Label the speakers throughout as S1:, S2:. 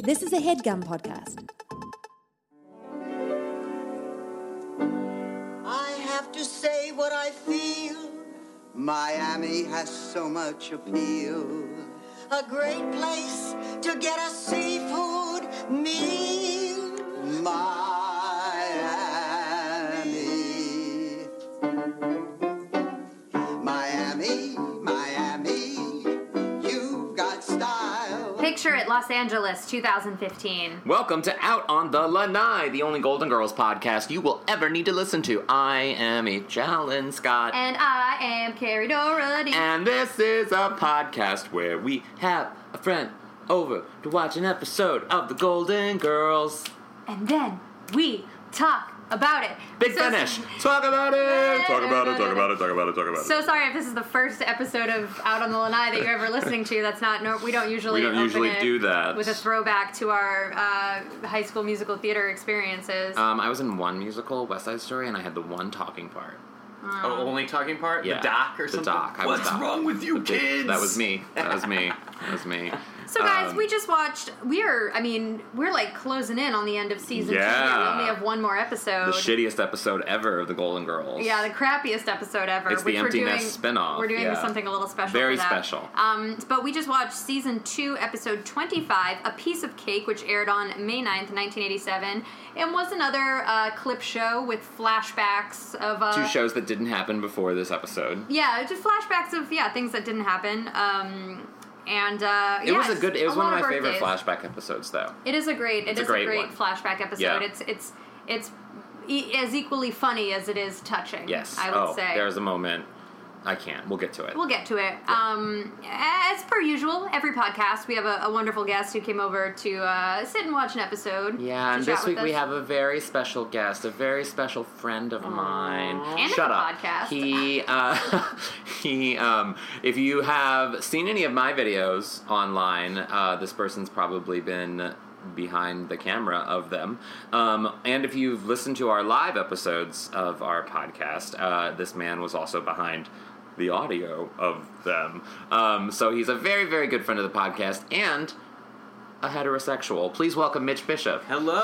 S1: This is a headgum podcast.
S2: I have to say what I feel. Miami has so much appeal. A great place to get a seafood meal. Miami. Miami, Miami, you've got style.
S3: Picture it, Los Angeles, 2015.
S4: Welcome to Out on the Lanai, the only Golden Girls podcast you will ever need to listen to. I am H. Allen Scott,
S3: And
S4: and,
S3: I am Carrie Doherty.
S4: this is a podcast where we have a friend over to watch an episode of the Golden Girls.
S3: And then we talk about it.
S4: Big
S3: So-
S4: finish. Talk about it. Talk about it. Talk about it. Talk about it. Talk about it.
S3: So sorry if this is the first episode of Out on the Lanai that you're ever listening to. That's not, no, we don't usually
S4: We don't
S3: open
S4: usually
S3: it
S4: do that.
S3: With a throwback to our uh, high school musical theater experiences.
S4: um, I was in one musical, West Side Story, and I had the one talking part.
S5: Oh, only talking part?
S4: Yeah,
S5: The doc or
S4: the
S5: something?
S4: doc. I was
S5: What's
S4: doc.
S5: wrong with you
S4: That-
S5: kids?
S4: That was me. That was me. That was me.
S3: so guys,
S4: um,
S3: we just watched, we are, I mean, we're like closing in on the end of season two. here.
S4: Yeah.
S3: We only have one more episode.
S4: The shittiest episode ever of the Golden Girls.
S3: Yeah, the crappiest episode ever.
S4: It's the
S3: which we're
S4: Empty
S3: doing,
S4: Nest spinoff,
S3: We're doing
S4: yeah.
S3: something a little special.
S4: Very
S3: for that.
S4: special.
S3: Um, but we just watched season two, episode twenty-five, "A Piece of Cake," which aired on May 9th, nineteen eighty-seven, and was another uh, clip show with flashbacks of uh,
S4: Two shows that didn't happen before this episode.
S3: Yeah, just flashbacks of yeah things that didn't happen. Um, and uh,
S4: It
S3: yeah,
S4: was a
S3: it's
S4: good. It was
S3: a
S4: one
S3: lot
S4: of my favorite
S3: birthdays.
S4: flashback episodes, though.
S3: It is a great. it's
S4: a
S3: a
S4: great
S3: great
S4: one.
S3: flashback episode.
S4: Yeah.
S3: It's it's it's. E- as equally funny as it is touching.
S4: Yes.
S3: I would
S4: oh,
S3: say
S4: there's a moment. I can't. We'll get to it.
S3: We'll get to it. Um, as per usual, every podcast we have a, a wonderful guest who came over to uh, sit and watch an episode.
S4: yeah,
S3: to
S4: and
S3: chat
S4: this
S3: with
S4: week we
S3: us.
S4: have a very special guest, a very special friend of mine.
S3: And
S4: Shut
S3: a
S4: up.
S3: podcast.
S4: He, uh, he. Um, if you have seen any of my videos online, uh, this person's probably been behind the camera of them. Um, and if you've listened to our live episodes of our podcast, uh, this man was also behind the audio of them. Um, so he's a very, very good friend of the podcast and a heterosexual. Please welcome Mitch Bishop.
S5: Hello.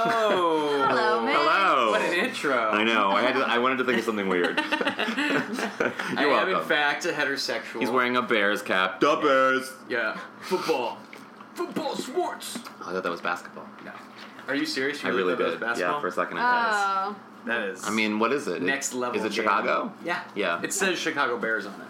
S3: Hello, Mitch.
S4: Hello.
S5: What an intro.
S4: I know. I had. To, I wanted to think of something weird. You're
S5: I am, in
S4: welcome.
S5: fact, a heterosexual.
S4: He's wearing a Bears cap. The Bears.
S5: Yeah. Football. Football sports.
S4: Oh, I thought that was basketball.
S5: No. Are you serious? You
S4: I really
S5: thought that
S4: did.
S5: was basketball?
S4: Yeah, for a second. I
S3: Oh,
S5: second. That is.
S4: I mean, what is it?
S5: next level.
S4: Is it
S5: game.
S4: Chicago?
S5: Yeah.
S4: Yeah.
S5: It says Chicago Bears on it.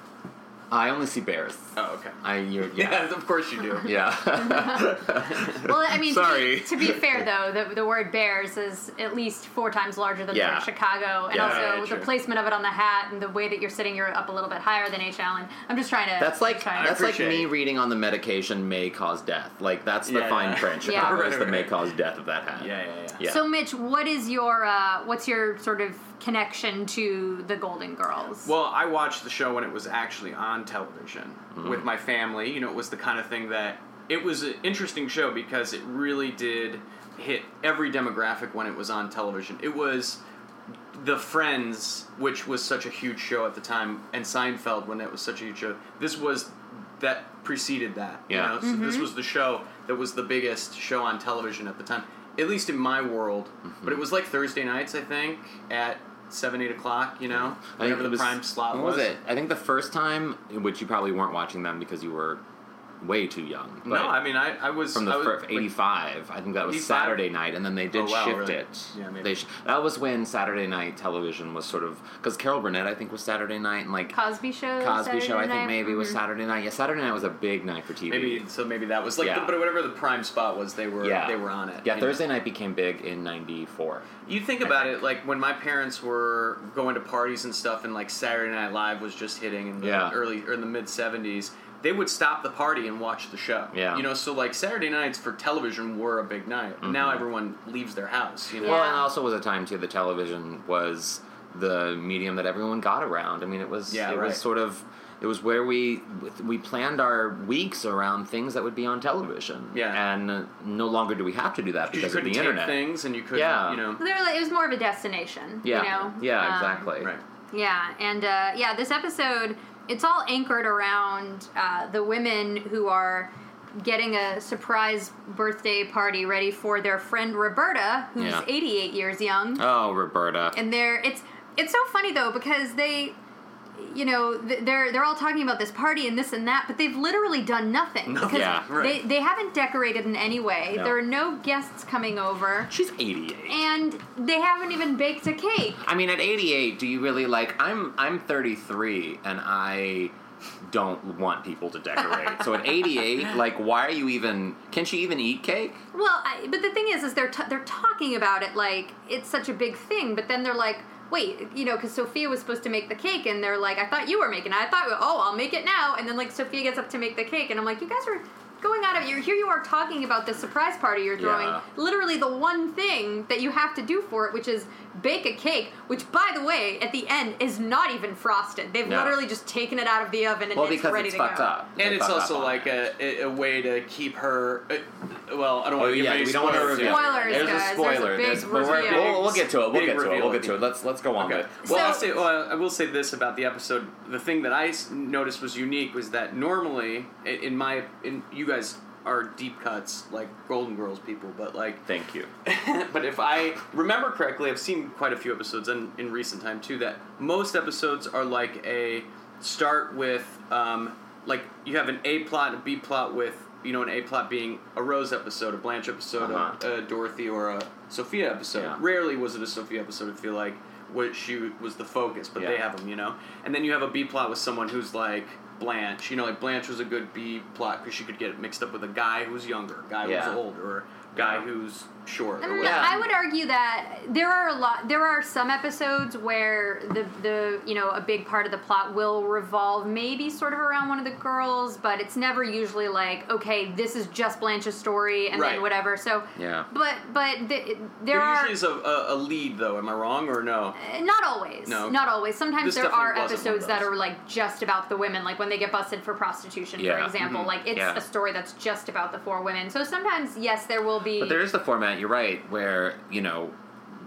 S4: I only see Bears.
S5: Oh, okay.
S4: I. You're, yeah.
S5: Yeah, of course you do.
S4: Yeah.
S3: well, I mean,
S4: Sorry.
S3: To, be, to be fair though, the, the word "bears" is at least four times larger than the
S4: Yeah.
S3: word Chicago, and
S4: Yeah,
S3: also
S5: yeah,
S3: the
S5: true.
S3: placement of it on the hat and the way that you're sitting, you're up a little bit higher than H. Allen. I'm just trying to.
S4: That's like
S3: trying
S4: that's like
S5: appreciate
S4: me
S5: it.
S4: reading on the medication may cause death. Like that's the
S5: Yeah,
S4: fine
S5: yeah.
S4: print.
S3: Yeah.
S4: Chicago is
S5: Right,
S4: the
S5: right,
S4: may
S5: right.
S4: cause death of that hat.
S5: Yeah, yeah, yeah.
S4: Yeah.
S3: So, Mitch, what is your uh, what's your sort of connection to the Golden Girls?
S5: Well, I watched the show when it was actually on television with my family. You know, it was the kind of thing that it was an interesting show because it really did hit every demographic when it was on television. It was the Friends, which was such a huge show at the time, and Seinfeld when it was such a huge show. This was that preceded that.
S4: Yeah.
S5: You know? so this was the show that was the biggest show on television at the time, at least in my world. But it was like Thursday nights, I think, at seven, eight o'clock. You know,
S4: I think
S5: whatever
S4: it
S5: the
S4: was-
S5: prime slot
S4: when was. it? I think the first time, which you probably weren't watching them because you were way too young. But
S5: No, I mean I, I was
S4: from the
S5: I was,
S4: first
S5: like,
S4: 85 i think that was
S5: 85?
S4: saturday night and then they did
S5: Oh, wow,
S4: shift
S5: really?
S4: it
S5: Yeah, maybe.
S4: They sh- that was when saturday night television was sort of because carol burnett i think was saturday night and like
S3: Cosby Show.
S4: cosby
S3: Saturday
S4: show i think
S3: Night.
S4: maybe was
S3: Mhm.
S4: saturday night yeah saturday night was a big night for tv
S5: maybe so maybe that was like
S4: Yeah.
S5: the, but whatever the prime spot was they were
S4: yeah
S5: they were on it.
S4: yeah
S5: you know?
S4: thursday night became big in 94
S5: You think about it, like when my parents were going to parties and stuff, and like Saturday Night Live was just hitting in the
S4: Yeah.
S5: early or in the mid '70s. They would stop the party and watch the show.
S4: Yeah.
S5: you know, so like Saturday nights for television were a big night. And
S4: Mm-hmm.
S5: Now everyone leaves their house. You know,
S4: well
S3: Yeah.
S4: and also was a time too the television was the medium that everyone got around i mean it was
S5: Yeah,
S4: it
S5: right.
S4: was sort of it was where we we planned our weeks around things that would be on television
S5: Yeah.
S4: and uh, no longer do we have to do that
S5: you
S4: because of
S5: couldn't
S4: the
S5: tape
S4: internet
S5: things, and you couldn't.
S4: Yeah.
S5: you know,
S3: Well, they were like- it was more of a destination.
S4: yeah
S3: You know?
S4: yeah
S3: Um,
S4: exactly
S5: right?
S3: Yeah, and uh, yeah, this episode it's all anchored around uh, the women who are getting a surprise birthday party ready for their friend Roberta, who's
S4: Yeah.
S3: 88 years young.
S4: Oh, Roberta.
S3: and they're it's it's so funny though because they you know th- they're they're all talking about this party and this and that but they've literally done nothing because
S4: Yeah,
S5: right.
S3: they they haven't decorated in any way
S4: No.
S3: there are no guests coming over
S4: She's 88.
S3: and they haven't even baked a cake
S4: I mean, at 88, do you really like? I'm I'm 33, and I don't want people to decorate. so at 88, like, why are you even? Can she even eat cake?
S3: well I, but the thing is is they're t- they're talking about it like it's such a big thing but then they're like wait you know because sophia was supposed to make the cake and they're like i thought you were making it i thought oh i'll make it now and then like sophia gets up to make the cake and i'm like you guys are going out of your here you are talking about this surprise party you're throwing
S4: Yeah.
S3: literally the one thing that you have to do for it which is bake a cake which by the way at the end is not even frosted they've
S4: No.
S3: literally just taken it out of the oven and
S4: Well,
S3: it's
S4: because
S3: ready
S4: it's
S3: to go
S4: fucked up.
S5: and
S4: They
S5: it's
S4: fucked up
S5: also
S4: on
S5: like
S4: it.
S5: a, a, a way to keep her. Uh, well, I don't
S4: Oh
S5: want to give
S4: yeah,
S5: any
S4: we don't want to
S5: spoilers
S4: reveal.
S5: yet.
S3: Spoilers, guys.
S4: There's a
S3: There's a
S4: spoiler.
S3: big
S4: There's- but we're-
S3: reveal.
S4: we'll, we'll get to it. We'll
S5: Big
S4: get to it.
S5: reveal
S4: We'll
S5: at
S4: get to
S5: the
S4: it. Let's let's go on.
S5: Okay.
S4: with it.
S5: Well, I'll
S3: So-
S5: say, well, I will say this about the episode. The thing that I s- noticed was unique was that normally, i- in my, in you guys are deep cuts like Golden Girls people, but like,
S4: Thank you.
S5: but if I remember correctly, I've seen quite a few episodes in, in recent time too. That most episodes are like a start with, um, like you have an A plot and a B plot with. You know, an A plot being a Rose episode, a Blanche episode,
S4: Uh-huh.
S5: a, a Dorothy, or a Sophia episode.
S4: Yeah.
S5: Rarely was it a Sophia episode. I feel like what she was the focus, but they
S4: Yeah.
S5: have them, you know. And then you have a B plot with someone who's like Blanche. You know, like Blanche was a good B plot because she could get mixed up with a guy who's younger, guy
S4: Yeah.
S5: who's older, or guy who's short.
S3: I
S5: or
S3: don't know.
S5: whatever.
S3: Mm, I would argue that there are a lot. There are some episodes where the the you know a big part of the plot will revolve maybe sort of around one of the girls, but it's never usually like okay, this is just Blanche's story and
S5: Right.
S3: then whatever. So
S4: Yeah.
S3: but but th- there
S5: There
S3: are
S5: usually is a, a, a lead, though. Am I wrong or no?
S3: Uh, not always.
S5: No.
S3: Not always. Sometimes
S5: This
S3: there are
S5: definitely wasn't one of
S3: episodes that
S5: those.
S3: are like just about the women, like when they get busted for prostitution,
S4: Yeah.
S3: for example.
S5: Mm-hmm.
S3: Like it's
S4: Yeah.
S3: a story that's just about the four women. So sometimes, yes, there will be.
S4: But there is the format, you're right, where, you know,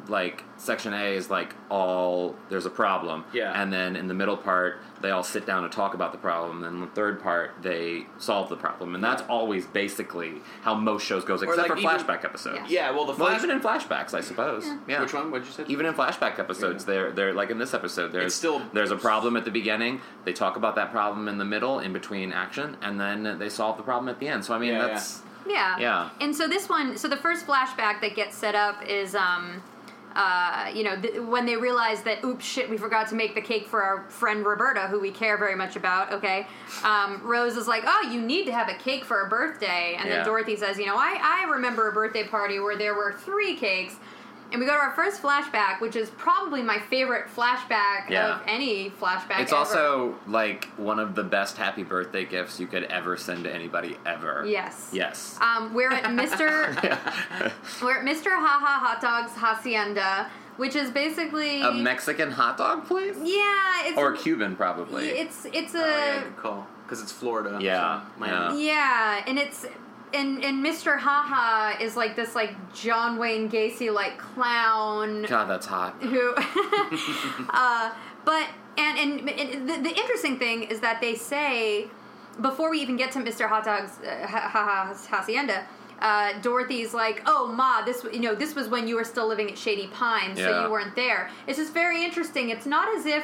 S4: like section A is like all there's a problem.
S5: Yeah.
S4: And then in the middle part, they all sit down and talk about the problem. And the third part, they solve the problem. And that's always basically how most shows goes, except
S5: like
S4: for
S5: even-
S4: flashback episodes.
S3: Yeah.
S5: Yeah, well, the
S4: Well,
S5: flash.
S4: even in flashbacks, I suppose. Yeah.
S5: Which one? What'd you say?
S4: Even in flashback episodes,
S5: Yeah.
S4: they're they're like in this episode. There's
S5: It's still-
S4: there's a problem at the beginning. They talk about that problem in the middle, in between action, and then they solve the problem at the end. So I mean,
S5: Yeah, yeah.
S4: that's
S3: Yeah.
S4: Yeah.
S3: And so this one, so the first flashback that gets set up is, um, uh, you know, th- when they realize that, oops, shit, we forgot to make the cake for our friend Roberta, who we care very much about. Okay. Um, Rose is like, oh, you need to have a cake for a birthday, and
S4: Yeah.
S3: then Dorothy says, you know, I I remember a birthday party where there were three cakes. And we go to our first flashback, which is probably my favorite flashback
S4: Yeah.
S3: of any flashback.
S4: It's
S3: ever.
S4: also like one of the best happy birthday gifts you could ever send to anybody ever.
S3: Yes. Uh,
S4: Yes.
S3: Um, we're at Mr. we're at Mr. Haha Hot Dogs Hacienda, which is basically
S4: a Mexican hot dog place?
S3: yeah, it's
S4: Or Cuban, probably.
S3: it's it's a
S5: Oh, yeah, good call. Because it's Florida.
S4: Yeah,
S5: so Miami.
S3: yeah, and it's and and Mr. Haha is like this like John Wayne Gacy like clown
S4: God, that's hot.
S3: who uh, but and and, and the, the interesting thing is that they say before we even get to mr hot dog's uh, ha, ha, ha, hacienda uh, Dorothy's like, oh ma, this w- you know this was when you were still living at Shady Pines, so
S4: Yeah.
S3: you weren't there. It's just very interesting. It's not as if,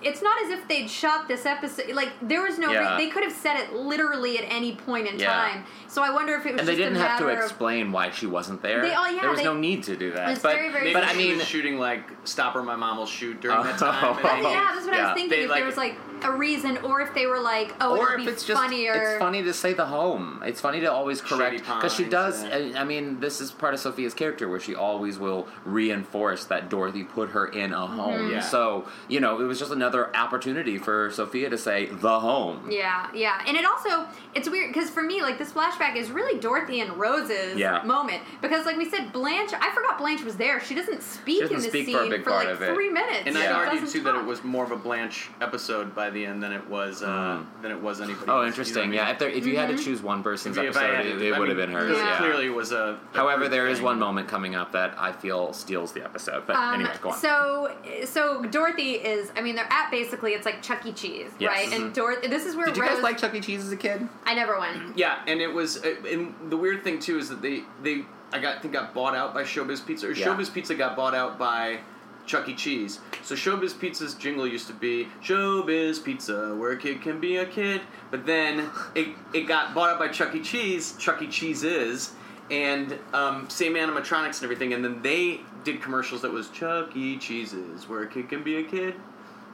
S3: it's not as if they'd shot this episode. Like there was no, re-
S4: Yeah.
S3: they could have said it literally at any point in
S4: Yeah.
S3: time. So I wonder if it was
S4: And they
S3: just
S4: didn't
S3: a
S4: have to
S3: matter of-
S4: explain why she wasn't there.
S3: They- oh, yeah,
S4: there was
S3: they-
S4: no need to do that.
S3: It's
S4: but
S3: very, very
S5: Maybe
S4: but I
S5: she
S4: mean,
S5: was shooting like "Stop or My Mom Will Shoot" during that time.
S4: Oh.
S5: and they-
S3: yeah, that's what I
S4: Yeah.
S3: was thinking.
S5: They,
S3: if
S5: like-
S3: there was like a reason, or if they were like, oh,
S4: or
S3: it'll
S4: if
S3: be
S4: it's just
S3: funnier.
S4: it's funny to say the home. It's funny to always correct
S5: Shady
S4: because she
S5: Pines,
S4: does.
S5: yeah.
S4: I I mean, this is part of Sophia's character where she always will reinforce that Dorothy put her in
S3: Mm-hmm.
S4: a home.
S5: Yeah.
S4: So you know, it was just another opportunity for Sophia to say the home.
S3: Yeah, yeah, and it also it's weird because for me, like this flashback is really Dorothy and Rose's
S4: Yeah.
S3: moment because, like we said, Blanche. I forgot Blanche was there. She doesn't speak
S4: doesn't
S3: in this
S4: speak
S3: scene
S4: for a big part
S3: like
S4: of it.
S3: three minutes.
S5: And
S3: She
S5: I'd argue
S3: doesn't
S5: too that it
S3: talk.
S5: was more of a Blanche episode by the end than it was uh, than it was anybody.
S4: Oh,
S5: else.
S4: interesting.
S5: You know
S4: Yeah,
S5: what
S4: if, there, if you had to choose one person's
S5: I mean? If I
S4: episode,
S5: had-
S4: it,
S5: I
S4: would have
S5: mean,
S4: been hers.
S5: this
S3: Mm-hmm. yeah.
S5: Clearly was a. a
S4: However, there is
S5: thing.
S4: one moment coming up that I feel steals the episode. But
S3: Um,
S4: anyway, go on.
S3: So, so Dorothy is. I mean, they're at basically it's like Chuck E. Cheese,
S4: Yes. Mm-hmm.
S3: right? And Dorothy. This is where
S4: Did you
S3: Rose.
S4: guys like Chuck E. Cheese as a kid?
S3: I never went.
S5: Yeah, and it was, uh, and the weird thing too is that they they I got think got bought out by Showbiz Pizza. Or
S4: Yeah.
S5: Showbiz Pizza got bought out by Chuck E. Cheese. So Showbiz Pizza's jingle used to be Showbiz Pizza, where a kid can be a kid. But then it it got bought out by Chuck E. Cheese. Chuck E. Cheese is. And um, same animatronics and everything, and then they did commercials that was Chuck E. Cheese's, where a kid can be a kid,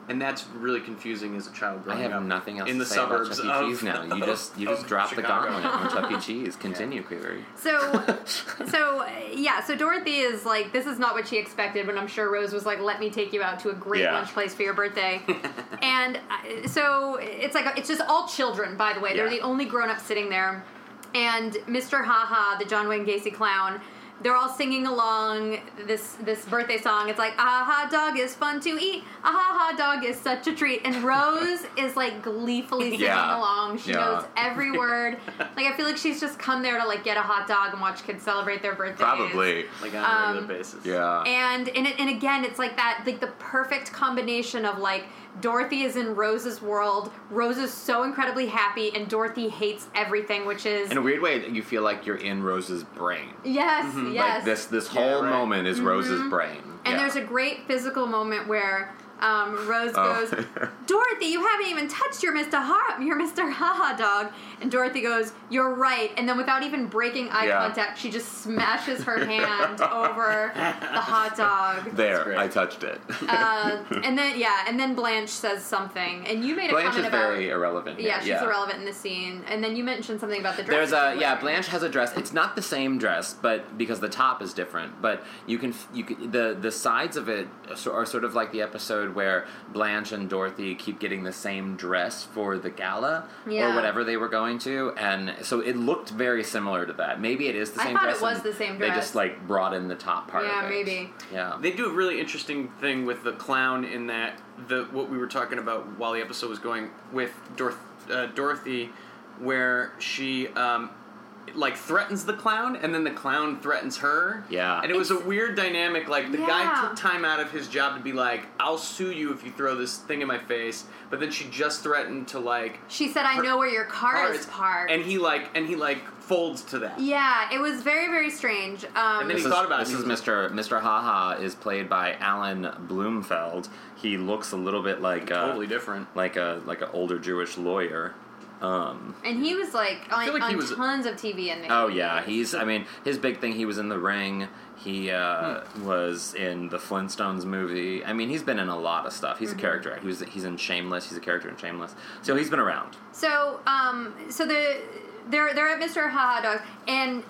S5: and that's really confusing as a child
S4: I
S5: growing
S4: have
S5: up
S4: nothing else
S5: in
S4: to
S5: the
S4: say
S5: suburbs
S4: about Chuck E. Cheese
S5: of,
S4: now. You just you just
S5: of
S4: dropped
S5: Chicago.
S4: the gauntlet on Chuck E. Cheese. Continue, Query.
S3: So, so uh, yeah. So Dorothy is like, this is not what she expected. But I'm sure Rose was like, let me take you out to a great
S4: Yeah.
S3: lunch place for your birthday. and I- so it's like it's just all children. By the way, they're
S4: Yeah.
S3: the only grown up sitting there. And Mr. Haha, the John Wayne Gacy clown. They're all singing along this this birthday song. It's like, aha, dog is fun to eat. Aha, dog is such a treat. And Rose is like gleefully singing
S4: Yeah.
S3: along. She
S4: Yeah.
S3: knows every word. like I feel like she's just come there to like get a hot dog and watch kids celebrate their birthdays.
S5: like on a
S3: Um,
S5: regular basis.
S3: And and it, and again, it's like that like the perfect combination of like Dorothy is in Rose's world. Rose is so incredibly happy, and Dorothy hates everything, which is
S4: In a weird way, you feel like you're in Rose's brain.
S3: yes, yes. Mm-hmm.
S4: Like this this
S5: Yeah,
S4: whole
S5: right.
S4: moment is Rose's brain.
S3: and
S4: Yeah.
S3: there's a great physical moment where. Um, Rose
S4: Oh.
S3: goes, Dorothy, you haven't even touched your Mr. Ha, your Mr. Haha dog. And Dorothy goes, "You're right." And then, without even breaking eye
S4: Yeah.
S3: contact, she just smashes her hand over the hot dog.
S4: there.
S5: great.
S4: I touched it.
S3: Uh, and then yeah, and then Blanche says something, and you made a
S4: Blanche
S3: comment
S4: is
S3: about
S4: very irrelevant. here.
S3: yeah, she's irrelevant in the scene, and then you mentioned something about the dress.
S4: There's a
S3: she's
S4: yeah.
S3: wearing.
S4: Blanche has a dress. It's not the same dress, but because the top is different. But you can f- you can, the the sides of it so- are sort of like the episode where Blanche and Dorothy keep getting the same dress for the gala
S3: Yeah.
S4: or whatever they were going to, and so it looked very similar to that. Maybe it is the
S3: I
S4: same.
S3: thought it
S4: dress
S3: was
S4: and
S3: the same
S4: They
S3: dress.
S4: just like brought in the top part.
S3: Yeah,
S4: of it.
S3: maybe.
S4: Yeah.
S5: They do a really interesting thing with the clown in that the what we were talking about while the episode was going with Doroth, uh, Dorothy, where she um, like threatens the clown and then the clown threatens her.
S4: Yeah.
S5: and it was a weird dynamic. Like the
S3: Yeah.
S5: guy took time out of his job to be like, "I'll sue you if you throw this thing in my face," but then she just threatened to like
S3: She said, "I
S5: her-
S3: know where your car is
S5: parts,
S3: parked."
S5: and he like and he like folds to that.
S3: yeah, it was very very strange. Um,
S5: then
S4: This
S5: he
S4: is,
S5: thought about it
S4: this
S5: and
S4: is
S5: he
S4: Mr.
S5: was
S4: Mr. Haha is played by Alan Bloomfeld. He looks a little bit like uh,
S5: Totally different.
S4: like a like an older Jewish lawyer. Um,
S3: and he was like on,
S5: feel like
S3: on
S5: he was-
S3: tons of TV and
S4: oh yeah, he's. I mean, his big thing. He was in The Ring. He uh, was in the Flintstones movie. I mean, he's been in a lot of stuff. He's a character. actor. He was he's in Shameless. He's a character in Shameless. So he's been around.
S3: So, um, so the they're they're at Mr. Haha Dog, and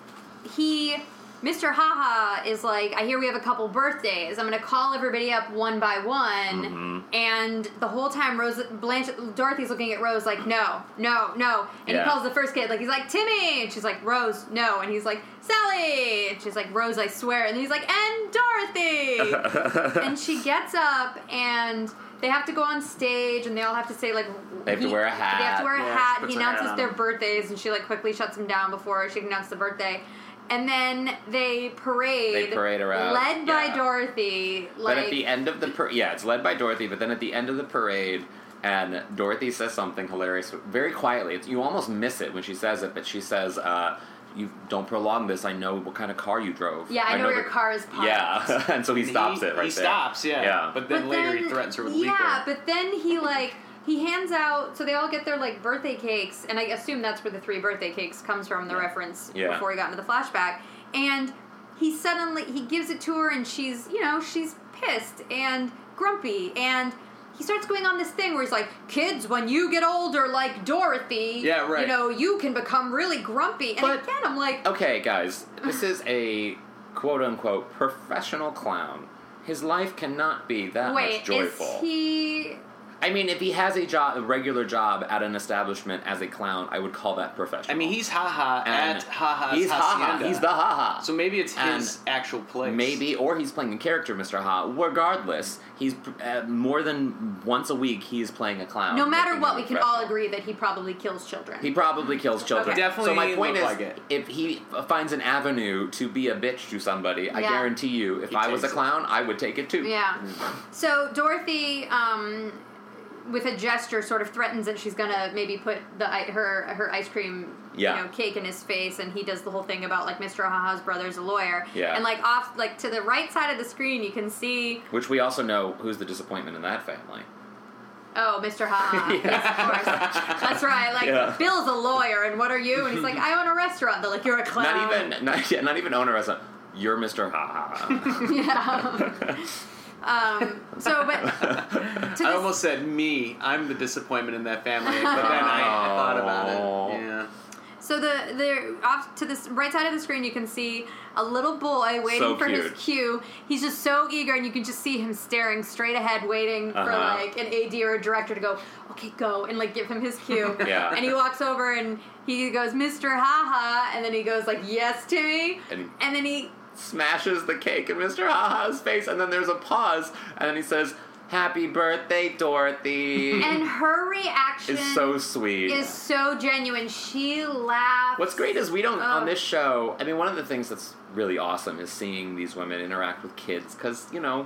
S3: he, Mr. Haha, is like, I hear we have a couple birthdays. I'm gonna call everybody up one by one,
S4: Mm-hmm.
S3: and the whole time Rose, Blanche, Dorothy's looking at Rose like, no, no, no, and
S4: Yeah.
S3: he calls the first kid like he's like Timmy, and she's like Rose, no, and he's like Sally, and she's like Rose, I swear, and he's like and Dorothy. and she gets up and they have to go on stage and they all have to say like
S4: They have to
S3: he-
S4: wear a
S3: They have
S4: hat.
S3: to wear a
S5: Yeah, she
S3: hat.
S5: puts
S3: He
S5: her hat
S3: announces
S5: on
S3: their
S5: them.
S3: birthdays and she like quickly shuts them down before she can announce the birthday. And then they parade.
S4: They parade around,
S3: led by
S4: yeah.
S3: Dorothy. Like
S4: but at the end of the par- yeah, it's led by Dorothy. But then at the end of the parade, and Dorothy says something hilarious, very quietly. It's, you almost miss it when she says it, but she says, uh, "You don't prolong this. I know what kind of car you drove.
S3: Yeah, I know where
S4: the-
S3: your car is parked."
S4: Yeah, and so he stops
S5: he,
S4: it right
S5: He
S4: there.
S5: stops, yeah.
S4: Yeah.
S5: But then
S3: But
S5: later he
S3: then-
S5: threatens her with
S3: Yeah,
S5: legal.
S3: but then he like he hands out so they all get their like birthday cakes, and I assume that's where the three birthday cakes comes from, the reference
S4: Yeah.
S3: before we got into the flashback. And he suddenly he gives it to her and she's you know, she's pissed and grumpy and he starts going on this thing where he's like, "Kids, when you get older, like Dorothy,
S5: Yeah, right.
S3: You know, you can become really grumpy." And
S4: But-
S3: again, I'm like,
S4: Okay, guys, this is a quote unquote professional clown. His life cannot be that
S3: "Wait,
S4: much joyful.
S3: is he?"
S4: I mean, if he has a job, a regular job at an establishment as a clown, I would call that professional.
S5: I mean, he's haha
S4: And
S5: at haha.
S4: he's haha.
S5: Hacienda.
S4: He's the haha.
S5: So maybe it's his
S4: And
S5: actual place.
S4: Maybe, or he's playing a character, Mr. Ha. Regardless, he's uh, more than once a week. He's playing a clown.
S3: No matter
S4: making
S3: what,
S4: him
S3: we
S4: a
S3: can all
S4: professional.
S3: agree that he probably kills children.
S4: He probably kills children.
S3: Okay.
S5: Definitely
S4: So my point
S5: look
S4: is,
S5: like it.
S4: if he f- finds an avenue to be a bitch to somebody, I
S3: Yeah.
S4: guarantee you, if
S5: He
S4: I was a
S5: takes it.
S4: clown, I would take it too.
S3: yeah. So Dorothy, um, with a gesture, sort of threatens that she's gonna maybe put the i- her her ice cream.
S4: Yeah.
S3: You know, cake in his face, and he does the whole thing about like Mr. Haha's brother's a lawyer.
S4: Yeah.
S3: And like off, like to the right side of the screen, you can see
S4: Which we also know who's the disappointment in that family.
S3: Oh, Mr. Ha.
S4: Yeah.
S3: Yes, of course. That's right. Like,
S4: Yeah.
S3: Bill's a lawyer, and what are you? And he's like, I own a restaurant. They're like, you're a clown.
S4: Not even, not, yeah, not even owner as a. You're Mr. Ha.
S3: Yeah. um, so, but to
S5: I
S3: this-
S5: almost said me. I'm the disappointment in that family, but then I
S4: Oh.
S5: thought about it. Yeah.
S3: so the the off to this right side of the screen, you can see a little boy waiting
S4: So
S3: for
S4: cute.
S3: his cue. He's just so eager, and you can just see him staring straight ahead, waiting for
S4: Uh-huh.
S3: like an AD or a director to go, okay, go, and like give him his cue.
S4: Yeah.
S3: And he walks over and he goes, Mr. Haha, and then he goes like, yes, Timmy,
S4: And-
S3: and then he
S4: Smashes the cake in Mr. Ha Ha's face, and then there's a pause, and then he says, Happy birthday, Dorothy.
S3: And her reaction
S4: is so sweet.
S3: is so genuine. She laughs.
S4: What's great is we don't
S3: Oh.
S4: on this show. I mean, one of the things that's really awesome is seeing these women interact with kids because you know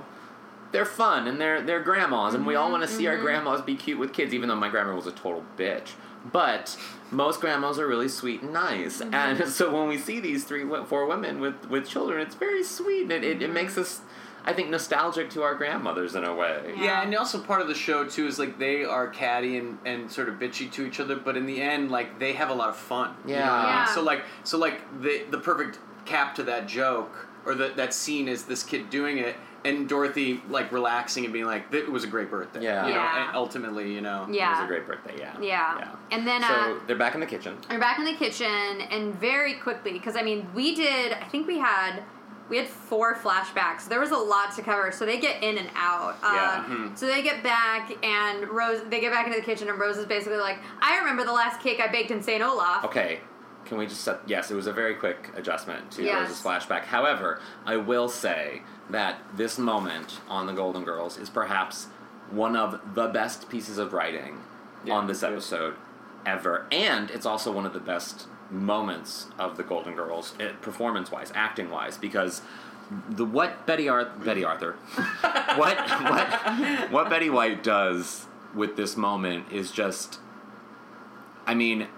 S4: they're fun and they're they're grandmas, and we all
S3: Mm-hmm,
S4: want to see our grandmas be cute with kids. Even though my grandma was a total bitch, but most grandmas are really sweet and nice.
S3: Mm-hmm.
S4: And so when we see these three wo- four women with with children, it's very sweet. and It it, it
S3: Mm-hmm.
S4: makes us, I think, nostalgic to our grandmothers in a way.
S3: Yeah.
S5: Yeah, and also part of the show too is like they are catty and, and sort of bitchy to each other, but in the end, like they have a lot of fun. you know
S4: Yeah.
S5: what I mean?
S3: Yeah.
S5: So like so like the the perfect cap to that joke or that that scene is this kid doing it and Dorothy like relaxing and being like, "It was a great birthday."
S4: Yeah.
S5: You know,
S3: Yeah.
S5: and ultimately, you know.
S4: It was
S3: Yeah.
S4: a great birthday. Yeah.
S3: Yeah. And then,
S4: so
S3: uh,
S4: they're back in the kitchen.
S3: We're back in the kitchen, and very quickly, because I mean, we did. I think we had we had four flashbacks. There was a lot to cover, so they get in and out.
S4: Yeah. mm-hmm.
S3: Uh, So they get back, and Rose. They get back into the kitchen, and Rose is basically like, "I remember the last cake I baked in Saint Olaf."
S4: Okay. Can we just set? Yes, it was a very quick adjustment to
S3: Yes.
S4: Rose's flashback. However, I will say that this moment on The Golden Girls is perhaps one of the best pieces of writing
S5: Yeah,
S4: on this
S5: yeah.
S4: episode ever, and it's also one of the best moments of The Golden Girls, performance wise, acting wise, because the what Betty Ar- Betty Arthur, what what what Betty White does with this moment is just, I mean,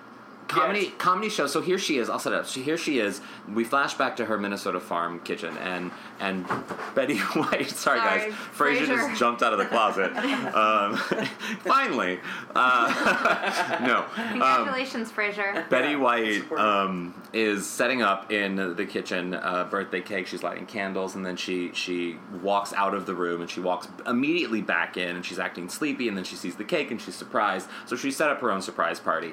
S4: comedy
S5: Yes.
S4: comedy show. So here she is. I'll set it up. She, here she is. We flash back to her Minnesota farm kitchen, and and Betty White.
S3: Sorry,
S4: Sorry, guys, Frasier
S3: Frasier.
S4: just jumped out of the closet. um, finally, uh, no. Um,
S3: Congratulations, Frasier.
S4: Betty White
S5: support.
S4: um, is setting up in the kitchen uh, birthday cake. She's lighting candles, and then she she walks out of the room and she walks immediately back in, and she's acting sleepy. And then she sees the cake and she's surprised. So she set up her own surprise party.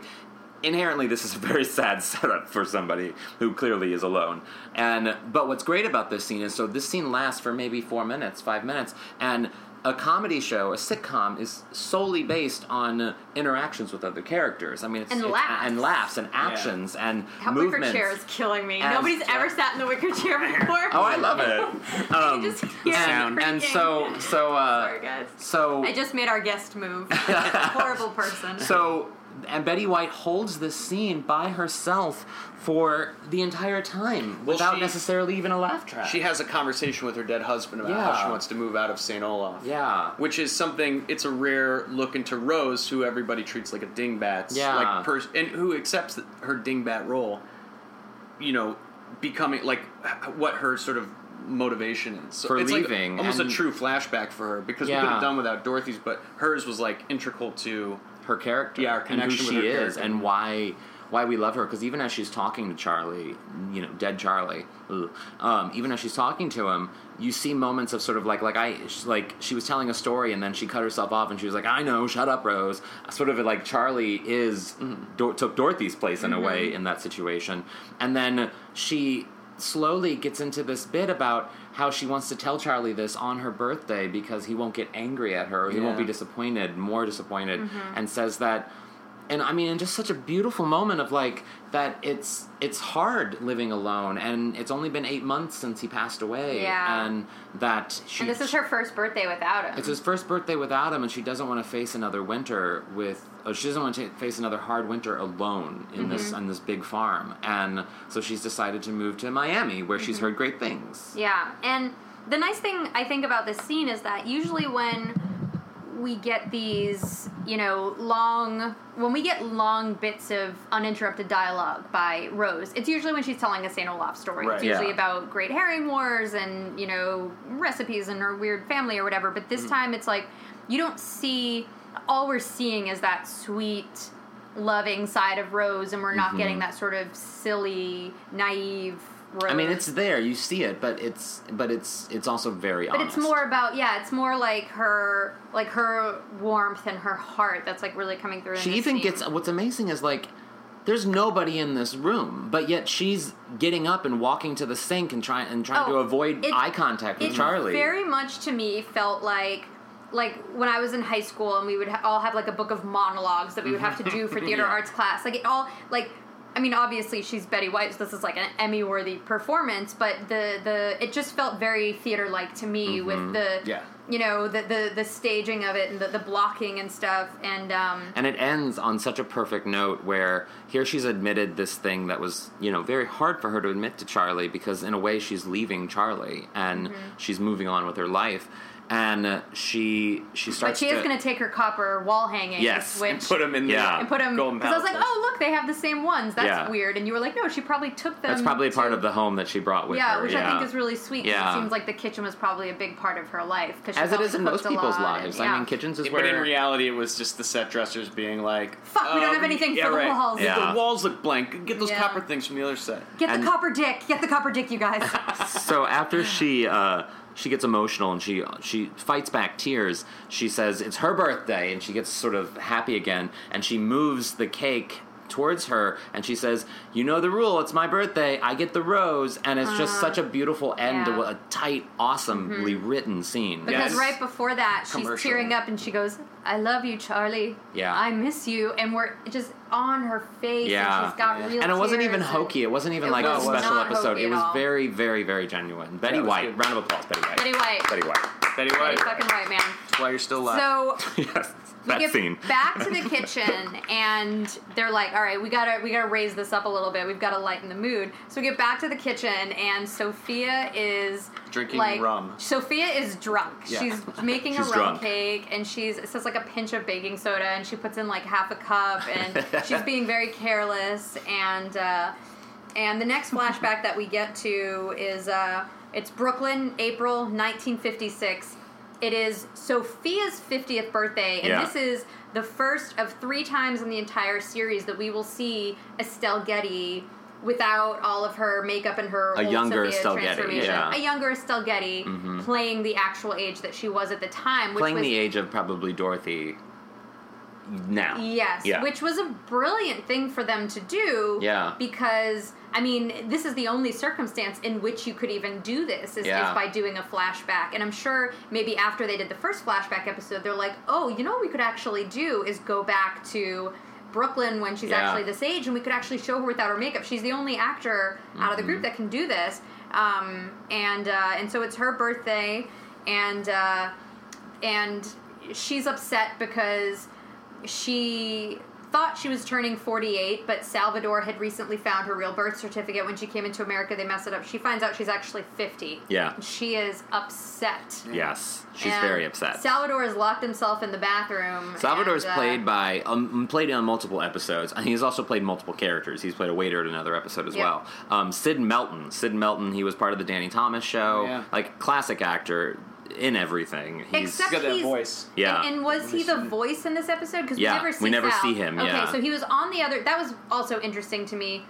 S4: Inherently, this is a very sad setup for somebody who clearly is alone. And but what's great about this scene is so this scene lasts for maybe four minutes, five minutes, and a comedy show, a sitcom, is solely based on interactions with other characters. I mean, it's,
S3: And
S4: it's-
S3: laughs.
S4: and laughs and actions and
S3: That wicker
S4: movements.
S3: chair is killing me.
S4: as-
S3: Nobody's ever sat in the wicker chair before.
S4: Oh, I love it. Um,
S3: just hear
S4: and,
S3: it
S4: and
S3: creaking.
S4: so so uh,
S3: Sorry, guys.
S4: so
S3: I just made our guest move. Horrible person.
S4: so and Betty White holds this scene by herself for the entire time without
S5: she-
S4: necessarily even a laugh track.
S5: She has a conversation with her dead husband about
S4: Yeah.
S5: how she wants to move out of St. Olaf.
S4: Yeah.
S5: Which is something, it's a rare look into Rose, who everybody treats like a dingbat.
S4: Yeah.
S5: Like pers- and who accepts th- her dingbat role, you know, becoming, like, h- what her sort of motivation is. So
S4: For
S5: it's like
S4: leaving
S5: almost a
S4: and-
S5: true flashback for her, because we could
S4: Yeah.
S5: have done without Dorothy's, but hers was, like, integral to.
S4: her character,
S5: Yeah, her
S4: and who
S5: connection
S4: she
S5: with her
S4: is,
S5: character.
S4: and why why we love her. Because even as she's talking to Charlie, you know, dead Charlie, ugh, um, even as she's talking to him, you see moments of sort of like like I she's like she was telling a story and then she cut herself off and she was like, I know, shut up, Rose. Sort of like Charlie
S5: Mm-hmm.
S4: is Dor- took Dorothy's place in a way in that situation, and then she slowly gets into this bit about how she wants to tell Charlie this on her birthday because he won't get angry at her, he won't be
S5: Yeah.
S4: disappointed, more disappointed,
S3: Mm-hmm.
S4: and says that. And I mean, in just such a beautiful moment of like that, it's it's hard living alone, and it's only been eight months since he passed away,
S3: Yeah.
S4: and that she
S3: And this is her first birthday without him.
S4: it's his first birthday without him, and she doesn't want to face another winter with. Oh, she doesn't want to face another hard winter alone in
S3: Mm-hmm.
S4: this on this big farm, and so she's decided to move to Miami, where she's heard great things.
S3: Mm-hmm. Yeah, and the nice thing I think about this scene is that usually when we get these, you know, long when we get long bits of uninterrupted dialogue by Rose, it's usually when she's telling a Saint Olaf story.
S5: Right.
S3: It's usually
S4: Yeah.
S3: about Great Herring Wars and you know recipes and her weird family or whatever. But
S4: Mm-hmm.
S3: this time it's like you don't see. All we're seeing is that sweet, loving side of Rose, and we're not getting that sort of silly, naive. Rose.
S4: Mm-hmm. I mean, it's there, you see it, but it's but it's it's also very.
S3: But it's more about yeah, it's more like her like her warmth and her heart that's like really coming through. in
S4: She
S3: this
S4: even
S3: scene.
S4: gets. What's amazing is like. There's nobody in this room, but yet she's getting up and walking to the sink and trying and trying to
S3: Oh,
S4: avoid
S3: it-
S4: eye contact with
S3: it
S4: Charlie.
S3: Very much to me felt like like when I was in high school and we would ha- all have like a book of monologues that we would have to do for
S4: Mm-hmm.
S3: theater arts class. Like it all like I mean obviously she's Betty White. So this is like an Emmy worthy performance, but the the it just felt very theater like to me
S4: Mm-hmm.
S3: with the
S5: Yeah.
S3: you know the, the the staging of it and the, the blocking and stuff and um
S4: And it ends on such a perfect note where here she's admitted this thing that was, you know, very hard for her to admit to Charlie because in a way she's leaving Charlie and
S3: Mm-hmm.
S4: she's moving on with her life. And uh, she she
S3: But
S4: starts
S3: she is
S4: to
S3: going to take her copper wall hangings,
S4: Yes,
S3: which
S5: and put them in
S4: Yeah.
S5: the
S3: and put 'em-
S5: golden
S3: I was like,
S5: palaces.
S3: oh look, they have the same ones. That's
S4: Yeah.
S3: weird. And you were like, no, she probably took them.
S4: That's probably
S3: to-
S4: part of the home that she brought with
S3: yeah,
S4: her.
S3: which I think is really sweet. 'cause
S4: Yeah.
S3: It seems like the kitchen was probably a big part of her life because
S4: as it is in most people's lives. I mean, kitchens is
S5: But
S4: where
S5: in reality, it was just the set dressers being like, um,
S3: Fuck, we don't have anything for the walls.
S4: Yeah.
S5: The walls look blank. Get those
S3: Yeah.
S5: copper things from the other set.
S3: Get
S4: and-
S3: the copper dick. Get the copper dick, you guys.
S4: so after she uh, she gets emotional and she she fights back tears. She says it's her birthday and she gets sort of happy again and she moves the cake towards her and she says, "You know the rule. It's my birthday. I get the rose." And it's just such a beautiful end
S3: yeah. Mm-hmm.
S4: to a tight, awesomely written scene.
S3: Because
S5: Yes.
S3: right before that, she's
S5: Commercial.
S3: tearing up and she goes, "I love you, Charlie.
S4: Yeah.
S3: I miss you." And we're just on her face.
S4: Yeah.
S3: and she's got
S5: Yeah.
S3: real.
S4: and it wasn't
S3: tears
S4: even
S3: and-
S4: hokey. It wasn't even
S3: It
S4: like
S5: was
S4: a special
S3: not
S4: episode.
S3: hokey
S4: It
S3: at
S4: was
S3: all.
S4: very, very, very genuine. Betty
S5: it was
S4: White.
S5: good.
S4: Round of applause, Betty White.
S3: Betty White.
S4: Betty White.
S5: Betty
S3: Betty
S5: White,
S3: fucking White, man.
S5: that's why you're still alive.
S3: So
S4: yes,
S3: we
S4: that
S3: get
S4: scene.
S3: back to the kitchen and they're like all right we gotta we gotta raise this up a little bit we've gotta lighten the mood so we get back to the kitchen and sophia is
S5: Drinking
S3: like,
S5: rum.
S3: sophia is drunk
S5: Yeah.
S3: she's making
S4: She's
S3: a rum
S4: drunk.
S3: cake and she's it says like a pinch of baking soda and she puts in like half a cup and she's being very careless and uh and the next flashback that we get to is uh, it's Brooklyn, April 1956. It is Sophia's 50th birthday, and
S4: Yeah.
S3: this is the first of three times in the entire series that we will see Estelle Getty without all of her makeup and her
S4: A
S3: old
S4: younger
S3: Sophia
S4: Estelle Getty,
S3: transformation.
S4: yeah. Mm-hmm.
S3: A younger Estelle Getty playing the actual age that she was at the time, which
S4: playing
S3: was
S4: the age of probably Dorothy now.
S3: Yes,
S4: Yeah.
S3: which was a brilliant thing for them to do.
S4: Yeah.
S3: Because, I mean, this is the only circumstance in which you could even do this is,
S4: Yeah.
S3: is by doing a flashback. And I'm sure maybe after they did the first flashback episode, they're like, oh, you know what we could actually do is go back to Brooklyn when she's
S4: Yeah.
S3: actually this age and we could actually show her without her makeup. She's the only actor out of the
S4: Mm-hmm.
S3: group that can do this. Um, and, uh, and so it's her birthday. And, uh, and she's upset because she thought she was turning 48 but salvador had recently found her real birth certificate when she came into america they messed it up she finds out she's actually 50
S4: Yeah.
S3: she is upset
S4: Yes, she's
S3: And
S4: very upset.
S3: salvador has locked himself in the bathroom
S4: Salvador's
S3: and, uh,
S4: played by um, played on multiple episodes, and he's also played multiple characters. He's played a waiter in another episode as
S3: Yeah.
S4: well. Um, Sid Melton, Sid Melton, he was part of the Danny Thomas show,
S5: Oh, yeah.
S4: like classic actor in everything. He's
S3: Except-
S5: He's got that
S3: he's-
S5: voice.
S4: yeah,
S3: And, and was he the voice in this episode? Because
S4: Yeah,
S3: we never see
S4: we never
S3: Sal.
S4: see him,
S3: Okay,
S4: yeah.
S3: so he was on the other. That was also interesting to me.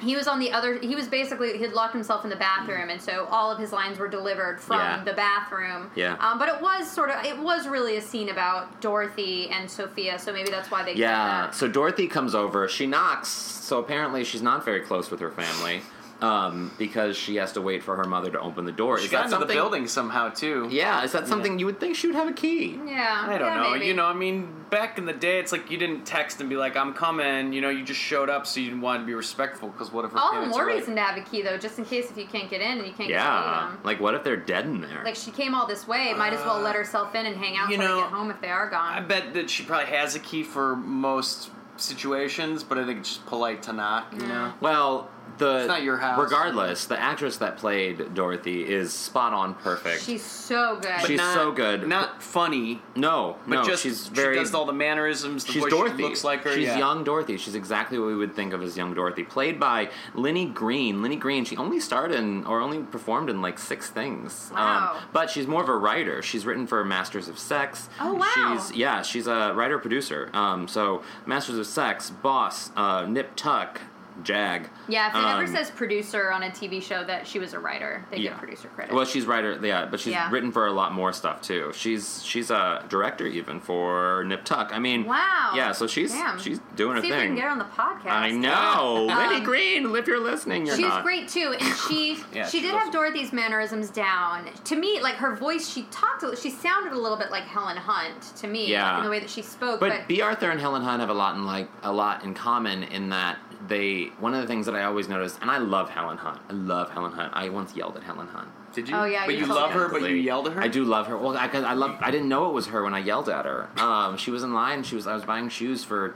S3: He was on the other. He was basically he'd locked himself in the bathroom, and so all of his lines were delivered from
S4: Yeah.
S3: the bathroom.
S4: Yeah.
S3: Um, but it was sort of it was really a scene about Dorothy and Sophia, so maybe that's why they. kept
S4: Yeah.
S3: that.
S4: So Dorothy comes over. She knocks. So apparently she's not very close with her family. um, because she has to wait for her mother to open the door.
S5: She
S4: is
S5: got
S4: that
S5: into
S4: something?
S5: the building somehow too.
S4: Yeah, is that something you would think she would have a key?
S3: Yeah.
S5: I don't
S3: yeah,
S5: know.
S3: maybe.
S5: You know, I mean, back in the day, it's like you didn't text and be like, "I'm coming." You know, you just showed up, so you wanted to be respectful because what if her
S3: All the
S5: parents
S3: more
S5: are like-
S3: reason to have a key though, just in case if you can't get in and you can't get
S4: Yeah,
S3: to them.
S4: like what if they're dead in there?
S3: Like she came all this way, might as well let herself in and hang out
S5: you
S3: till
S5: know,
S3: they get home if they are
S5: I
S3: gone.
S5: bet that she probably has a key for most situations, but I think it's just polite to not. You know,
S4: well, the
S5: It's not your house.
S4: Regardless, the actress that played Dorothy is spot on, perfect.
S3: She's so good.
S4: She's so good.
S5: Not funny,
S4: no,
S5: but
S4: no,
S5: just
S4: she's very.
S5: she does all the mannerisms. The
S4: She's
S5: voice
S4: Dorothy.
S5: She looks like her.
S4: She's
S5: yeah.
S4: young Dorothy. She's exactly what we would think of as young Dorothy, played by Lenny Green. Lenny Green. She only starred in or only performed in like six things. Um,
S3: Wow.
S4: but she's more of a writer. She's written for Masters of Sex.
S3: Oh, wow.
S4: She's yeah. She's a writer producer. Um, so Masters of Sex, Boss, uh, Nip Tuck, Jag.
S3: yeah, if it ever
S4: Um,
S3: says producer on a TV show that she was a writer, they
S4: yeah.
S3: get producer credit.
S4: Well, she's writer, yeah, but she's
S3: Yeah.
S4: written for a lot more stuff too. She's she's a director even for Nip Tuck. I mean,
S3: wow.
S4: yeah. So she's
S3: Damn.
S4: she's doing her
S3: See
S4: thing.
S3: if we can get her on the podcast.
S4: I know.
S3: Yeah.
S4: Lenny
S3: Um,
S4: Green, if you're listening, you're
S3: She was
S4: not.
S3: great too, and she
S5: Yeah,
S3: she
S5: she
S3: did
S5: was.
S3: have Dorothy's mannerisms down. To me, like her voice, she talked. A, she sounded a little bit like Helen Hunt to me,
S4: Yeah.
S3: like, in the way that she spoke.
S4: But,
S3: But,
S4: B. Arthur and Helen Hunt have a lot in like a lot in common in that they one of the things that I always noticed, and I love Helen Hunt. I love Helen Hunt. I once yelled at Helen Hunt.
S5: Did you?
S3: Oh, yeah,
S5: But
S3: you
S5: you
S3: told
S5: love
S3: me.
S5: her, but you yelled at her.
S4: I do love her. Well, I, 'cause I love. I didn't know it was her when I yelled at her. Um, she was in line. She was. I was buying shoes for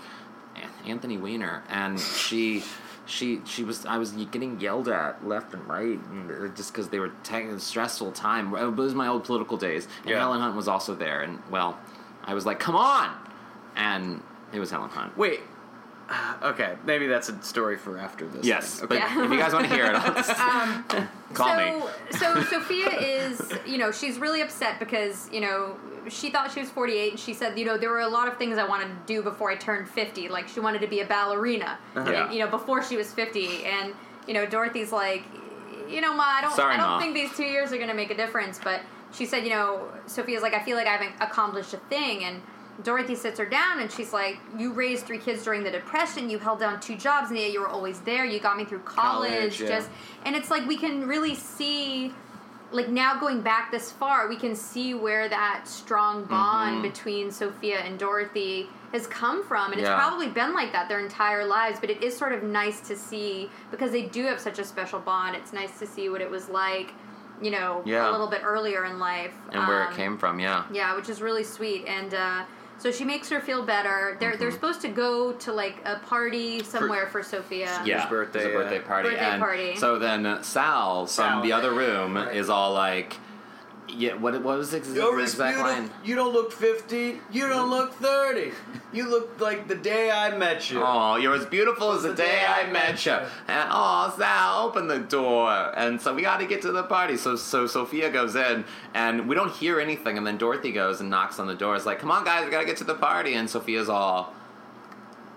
S4: An- Anthony Weiner, and she. She she was I was getting yelled at left and right and uh, just because they were taking a stressful time. It was my old political days, and
S5: Yeah.
S4: Helen Hunt was also there. And well, I was like, "Come on!" and it was Helen Hunt.
S5: Wait. Okay, maybe that's a story for after this.
S4: Yes,
S5: thing.
S4: but
S5: Okay. Um,
S3: Yeah.
S4: if you guys want to hear it, I'll call me.
S3: so, so Sophia is, you know, she's really upset because, you know, she thought she was 48 and she said, you know, there were a lot of things I wanted to do before I turned 50. Like, she wanted to be a ballerina, and,
S4: Uh-huh. Yeah.
S3: you know, before she was 50. And, you know, Dorothy's like, you know, Ma, I don't,
S4: Sorry,
S3: I don't
S4: Ma.
S3: think these two years are going to make a difference. But she said, you know, Sophia's like, I feel like I haven't accomplished a thing. And Dorothy sits her down and she's like, You raised three kids during the Depression. You held down two jobs, and yet you were always there. You got me through college.
S5: College, yeah.
S3: Just and it's like we can really see like now going back this far we can see where that strong
S4: Mm-hmm.
S3: bond between sophia and dorothy has come from and
S4: Yeah.
S3: it's probably been like that their entire lives but it is sort of nice to see because they do have such a special bond it's nice to see what it was like you know
S4: Yeah.
S3: a little bit earlier in life
S4: And where it
S3: Um,
S4: came from, yeah.
S3: yeah, which is really sweet. And uh, so she makes her feel better. They're
S4: Mm-hmm.
S3: they're supposed to go to like a party somewhere for, Sophia.
S4: yeah,
S5: His birthday,
S4: it was a birthday
S5: uh,
S4: party.
S3: Birthday
S4: and
S3: party.
S4: So then uh, Sal, from
S5: Sal.
S4: the other room is all like, "Yeah, what, what was his
S5: You're as
S4: exact
S5: beautiful.
S4: line?"
S5: You don't look 50. You don't look 30. You look like the day I met you.
S4: Oh, you're as beautiful as the day I met you. And oh, Sal, open the door. And so we got to get to the party. So so Sophia goes in, and we don't hear anything. And then Dorothy goes and knocks on the door. It's like, "Come on, guys, we got to get to the party." And Sophia's all,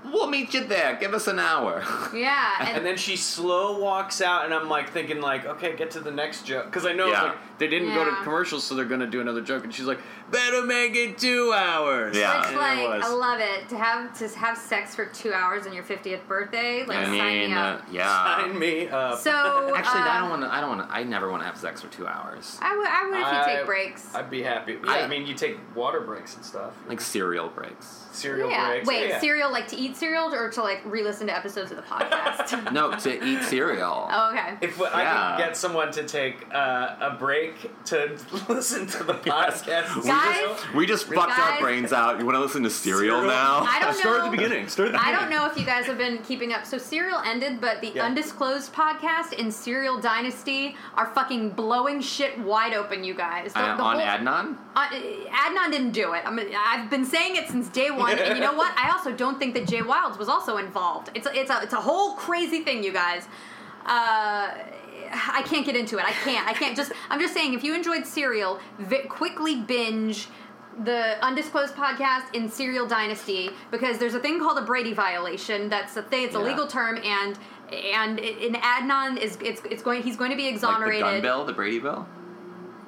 S4: "We'll meet you there. Give us an hour."
S3: Yeah, and,
S5: And then she slow walks out, and I'm like thinking, like, okay, get to the next joke, because I know
S4: Yeah.
S5: like they didn't go to
S3: Yeah.
S5: commercials, so they're gonna do another joke, and she's like, better make it two hours.
S4: Yeah.
S3: Which,
S5: And it
S3: like,
S5: was.
S3: I love it to have to have sex for two hours on your fiftieth birthday. Like,
S4: I
S3: sign
S4: mean,
S3: me
S4: uh,
S3: up.
S4: yeah.
S5: Sign me up.
S3: So
S4: Actually,
S3: uh,
S4: I don't want to. I don't want to. I never want to have sex for two hours.
S3: I would. I would if you take breaks.
S5: I'd be happy. Yeah,
S4: I-
S5: I, mean, you take water breaks and stuff,
S4: Like cereal breaks.
S5: cereal
S3: yeah.
S5: breaks.
S3: Wait,
S5: yeah.
S3: cereal like to eat cereal or to like re-listen to episodes of the podcast?
S4: No, to eat cereal.
S3: oh, okay.
S5: If I
S4: Yeah.
S5: can get someone to take uh, a break to listen to the
S4: Yes.
S5: podcast,
S4: We
S3: just-
S4: We just fucked our
S3: Guys.
S4: brains out. You want to listen to cereal,
S5: Cereal.
S4: now?
S3: I don't
S5: Uh, Start at
S3: know.
S5: the beginning. Start at the
S3: I
S5: beginning.
S3: don't know if you guys have been keeping up. So Serial ended, but the
S5: Yeah.
S3: Undisclosed podcast and Serial Dynasty are fucking blowing shit wide open, you guys. The-
S4: Uh,
S3: the
S4: on
S3: whole-
S4: Adnan?
S3: Uh, Adnan didn't do it. I mean, I've been saying it since day one, and you know what? I also don't think that Jay Wilds was also involved. It's a, it's a it's a whole crazy thing, you guys. Uh, I can't get into it. I can't. I can't. Just I'm just saying, if you enjoyed Serial, vi- quickly binge the undisclosed podcast in Serial Dynasty because there's a thing called a Brady violation. That's a thing. It's a
S4: Yeah.
S3: legal term, and and in Adnan is it's it's going he's going to be
S4: Like the
S3: exonerated.
S4: gun bill, the Brady bill?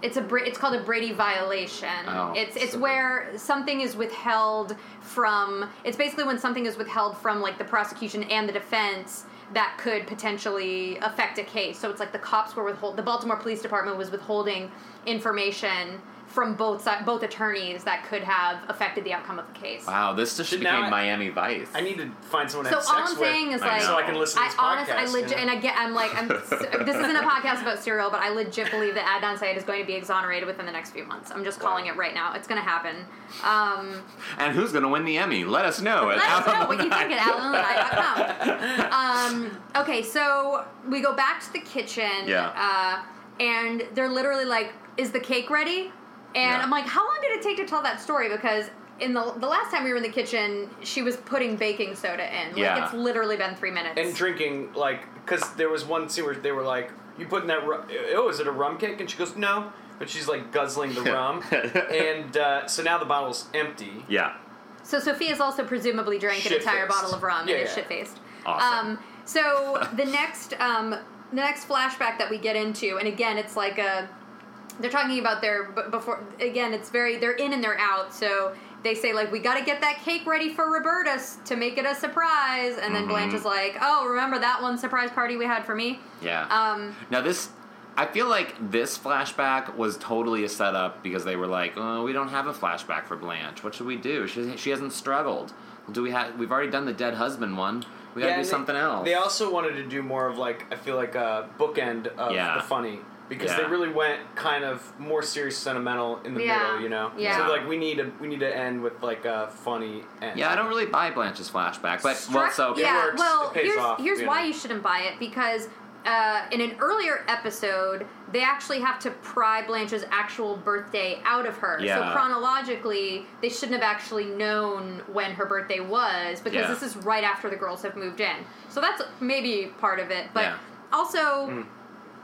S3: It's a Bra- it's called a Brady violation.
S4: Oh.
S3: it's it's where something is withheld from. It's basically when something is withheld from like the prosecution and the defense that could potentially affect a case. So it's like the cops were withhold. The Baltimore Police Department was withholding information from both si- both attorneys that could have affected the outcome of the case.
S4: Wow, this just
S6: Should
S4: became
S6: now I-
S4: Miami Vice.
S6: I need to find someone
S3: So
S6: to have
S3: all
S6: sex
S3: I'm
S6: with
S3: saying is
S4: I
S3: like,
S4: know.
S6: so I can listen to this
S3: honest-
S6: podcast.
S3: I legit,
S6: you know?
S3: and I get, I'm like, I'm, this isn't a podcast about cereal, but I legit believe that Adnan Syed is going to be exonerated within the next few months. I'm just calling it right now. It's going to happen. Um,
S4: and who's going to win the Emmy? Let us know. at
S3: let us know what you
S4: Alamo
S3: think at alanlani.com. um, okay, so we go back to the kitchen.
S4: Yeah.
S3: Uh, and they're literally like, "Is the cake ready?" And
S4: Yeah.
S3: I'm like, "How long did it take to tell that story?" Because in the the last time we were in the kitchen, she was putting baking soda in. Like,
S4: Yeah.
S3: It's literally been three minutes.
S6: and drinking like because there was one scene where they were like, "You putting that? Ru- oh, is it a rum cake?" And she goes, "No," but she's like guzzling the rum, and uh, so now the bottle's empty.
S4: Yeah.
S3: So Sophia's also presumably drank
S6: Shit-faced.
S3: an entire bottle of rum
S6: Yeah,
S3: and is
S6: yeah.
S3: shit faced.
S4: Awesome.
S3: Um, so the next um, the next flashback that we get into, and again, it's like a they're talking about their b- before again. It's very they're in and they're out. So they say like we got to get that cake ready for Roberta s- to make it a surprise, and
S6: Mm-hmm.
S3: then Blanche is like, oh, remember that one surprise party we had for me?
S4: Yeah.
S3: Um,
S4: Now this, I feel like this flashback was totally a setup because they were like, "Oh, we don't have a flashback for Blanche. What should we do? She, she hasn't struggled. Do we have? We've already done the dead husband one. We gotta do
S6: and they-
S4: something else."
S6: They also wanted to do more of like I feel like a bookend of
S4: Yeah.
S6: the funny because
S4: Yeah.
S6: they really went kind of more serious sentimental in the
S3: Yeah.
S6: middle, you know.
S3: Yeah.
S6: So like we need a we need to end with like a funny end.
S4: yeah, I don't really buy Blanche's flashback, but well, so
S3: Struck- yeah,
S6: works.
S3: well,
S6: It pays
S3: here's
S6: off,
S3: here's
S6: you
S3: why
S6: know.
S3: you shouldn't buy it because uh, in an earlier episode they actually have to pry Blanche's actual birthday out of her. So
S4: Yeah.
S3: chronologically, they shouldn't have actually known when her birthday was because
S4: Yeah.
S3: this is right after the girls have moved in. So that's maybe part of it, but
S4: Yeah.
S3: also.
S6: Hmm.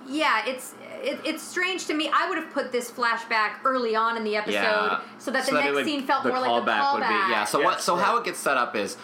S3: Yeah, it's it, it's strange to me. I would have put this flashback early on in the episode
S4: yeah.
S3: so that the
S4: it
S3: next
S4: would-
S3: scene felt
S4: the
S3: more like the callback.
S4: Would be, yeah. So what?
S6: Yes,
S4: So
S6: right.
S4: how it gets set up is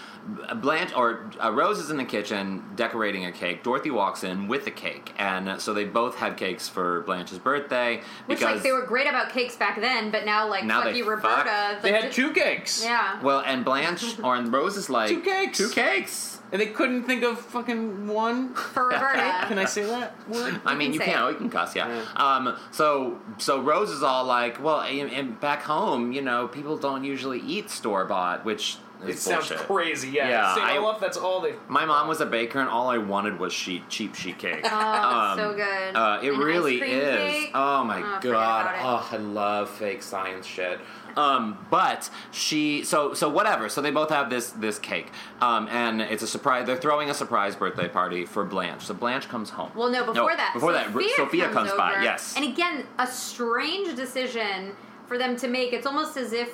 S4: Blanche or uh, Rose is in the kitchen decorating a cake. Dorothy walks in with a cake, and uh, so they both had cakes for Blanche's birthday
S3: Which
S4: because
S3: like they were great about cakes back then, but now like
S4: Now
S3: fuck
S4: they
S3: you, Roberta.
S4: fuck.
S6: They
S3: like,
S6: had
S3: ju-
S6: two cakes.
S3: Yeah.
S4: Well, and Blanche or and Rose is like
S5: Two cakes.
S4: Two cakes.
S5: And they couldn't think of fucking one.
S3: for Roberta.
S5: Can I say that word?
S4: I mean,
S3: can
S4: you
S3: say
S4: can.
S3: it.
S4: Oh, you can cuss, yeah. Um, so, so Rose is all like, "Well, and, and back home, you know, people don't usually eat store bought, which
S6: It
S4: is
S6: sounds
S4: bullshit.
S6: crazy. Yeah.
S4: Yeah,
S6: See, I,
S4: I-
S6: love that's all they.
S4: My mom was a baker, and all I wanted was sheet, cheap sheet cake.
S3: Oh,
S4: Um,
S3: so good.
S4: Uh, it
S3: An ice
S4: really
S3: cream
S4: is.
S3: cake.
S4: Oh my
S3: Oh, forget
S4: god.
S3: about
S4: Oh, I love fake science shit. Um, but she so so whatever. So they both have this this cake. Um, and it's a surprise. They're throwing a surprise birthday party for Blanche. So Blanche comes home.
S3: Well, no, before that,
S4: Before
S3: Sophia
S4: that, R- Sophia comes, by.
S3: over,
S4: Yes.
S3: and again, a strange decision for them to make. It's almost as if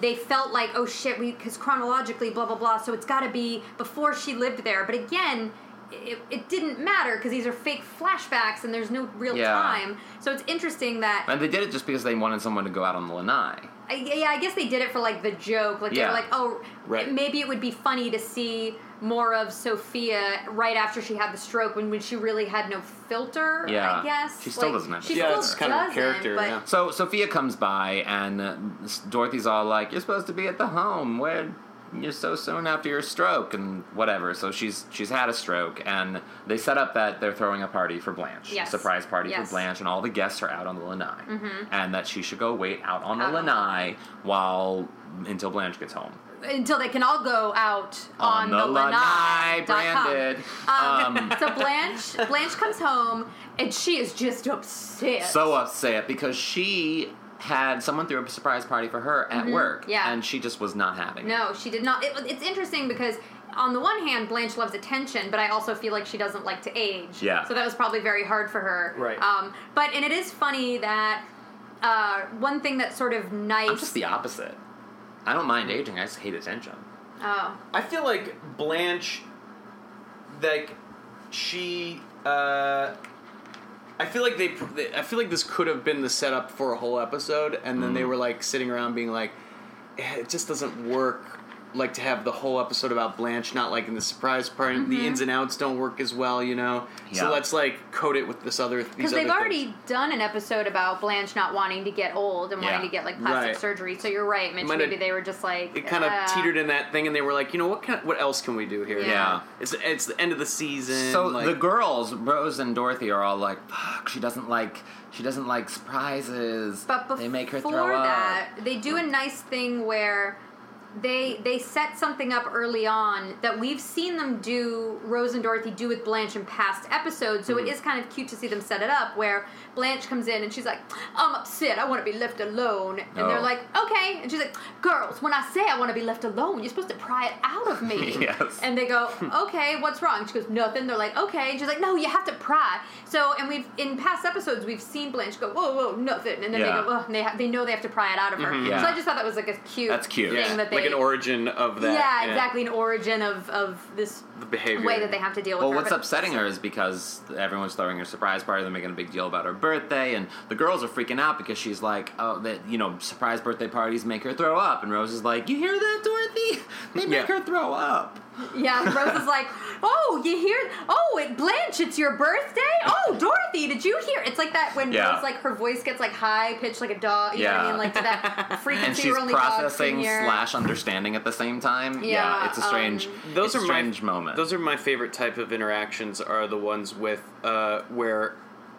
S3: they felt like, oh shit, we because chronologically, blah blah blah. So it's got to be before she lived there. But again. It, it didn't matter because these are fake flashbacks and there's no real
S4: Yeah.
S3: time. So it's interesting that
S4: and they did it just because they wanted someone to go out on the lanai.
S3: I, yeah, I guess they did it for like the joke. Like they
S4: Yeah.
S3: were like, oh,
S4: Right.
S3: maybe it would be funny to see more of Sophia right after she had the stroke when, when she really had no filter.
S4: Yeah.
S3: I guess
S4: She still
S3: Like,
S4: doesn't have
S3: She
S4: it.
S6: Yeah,
S3: still
S6: it's kind of a
S3: doesn't,
S6: character,
S3: But
S6: yeah.
S4: So Sophia comes by, and uh, Dorothy's all like, "You're supposed to be at the home where you're so soon after your stroke and whatever." So she's she's had a stroke, and they set up that they're throwing a party for Blanche,
S3: Yes.
S4: a surprise party
S3: Yes. Mm-hmm.
S4: for Blanche, and all the guests are out on the lanai, and that she should go wait out on
S3: Out
S4: the
S3: on the
S4: lanai while until Blanche gets home.
S3: until they can all go out on,
S4: the,
S3: lanai
S4: lanai,
S3: dot com.
S4: branded.
S3: Um,
S4: Um,
S3: so Blanche, Blanche comes home and she is just upset.
S4: so upset because she had someone threw a surprise party for her at work,
S3: Mm-hmm. yeah.
S4: and she just was not having it.
S3: No, she did not. It, it's interesting because on the one hand, Blanche loves attention, but I also feel like she doesn't like to age.
S4: Yeah.
S3: So that was probably very hard for her.
S6: Right.
S3: Um, but and it is funny that uh, one thing that's sort of nice.
S4: I'm just the opposite. I don't mind aging. I just hate attention.
S3: oh.
S6: I feel like Blanche, like she. uh
S5: I feel like they, I feel like this could have been the setup
S3: Mm-hmm.
S5: for a whole episode, and then they were like sitting around being like, "Eh, "It just doesn't work like to have the whole episode about Blanche not liking the surprise party.
S3: Mm-hmm.
S5: The ins and outs don't work as well, you know.
S4: Yeah.
S5: So let's like coat it with this other these
S3: Because
S5: other
S3: they've already
S5: things.
S3: done an episode about Blanche not wanting to get old and
S4: Yeah.
S3: wanting to get like plastic
S5: Right.
S3: surgery. So you're right, Mitch.
S5: might
S3: Maybe
S5: have-
S3: they were just like
S5: it kind of
S3: uh,
S5: teetered in that thing, and they were like, you know, what kind, what else can we do here?
S3: Yeah.
S4: Yeah.
S5: It's it's the end of the season.
S4: So
S5: like,
S4: the girls, Rose and Dorothy, are all like, "Fuck, she doesn't like, she doesn't like surprises."
S3: But before
S4: they make her throw
S3: that,
S4: up.
S3: they do a nice thing where they they set something up early on that we've seen them do Rose and Dorothy do with Blanche in past episodes.
S4: Hmm.
S3: So it is kind of cute to see them set it up where Blanche comes in and she's like, "I'm upset. I want to be left alone." And
S4: Oh.
S3: they're like, "Okay." And she's like, "Girls, when I say I want to be left alone, you're supposed to pry it out of me."
S4: Yes.
S3: And they go, "Okay, what's wrong?" She goes, "Nothing." They're like, "Okay." And she's like, "No, you have to pry." So, and we've in past episodes we've seen Blanche go, "Whoa, whoa, nothing," and then
S4: Yeah. Mm-hmm.
S3: they go, "Ugh," and they ha- they know they have to pry it out of her.
S4: yeah.
S3: So I just thought that was like a cute.
S4: That's cute.
S3: Thing
S5: yeah,
S3: that they,
S5: like an origin of that.
S3: yeah, exactly. An origin of of this
S5: The behavior.
S3: way that they have to deal with.
S4: Well,
S3: her.
S4: what's
S3: But-
S4: upsetting her is because everyone's throwing her surprise party. They're making a big deal about her birthday, and the girls are freaking out because she's like, "Oh, that you know, surprise birthday parties make her throw up." And Rose is like, "You hear that, Dorothy? They make
S5: Yeah.
S4: her throw up."
S3: Yeah, Rose is like, "Oh, you hear? Oh, it Blanche, it's your birthday. Oh, Dorothy, did you hear?" It's like that when
S4: Yeah.
S3: Rose like her voice gets like high pitched like a dog. You know what
S4: Yeah.
S3: I mean? Like to that frequency
S4: And she's
S3: where only dogs can
S4: processing
S3: hear.
S4: slash understanding at the same time.
S3: Yeah,
S4: it's a strange,
S3: um,
S5: those
S4: it's
S5: are
S4: a strange
S5: my,
S4: moment.
S5: Those are my favorite type of interactions. Are the ones with uh, where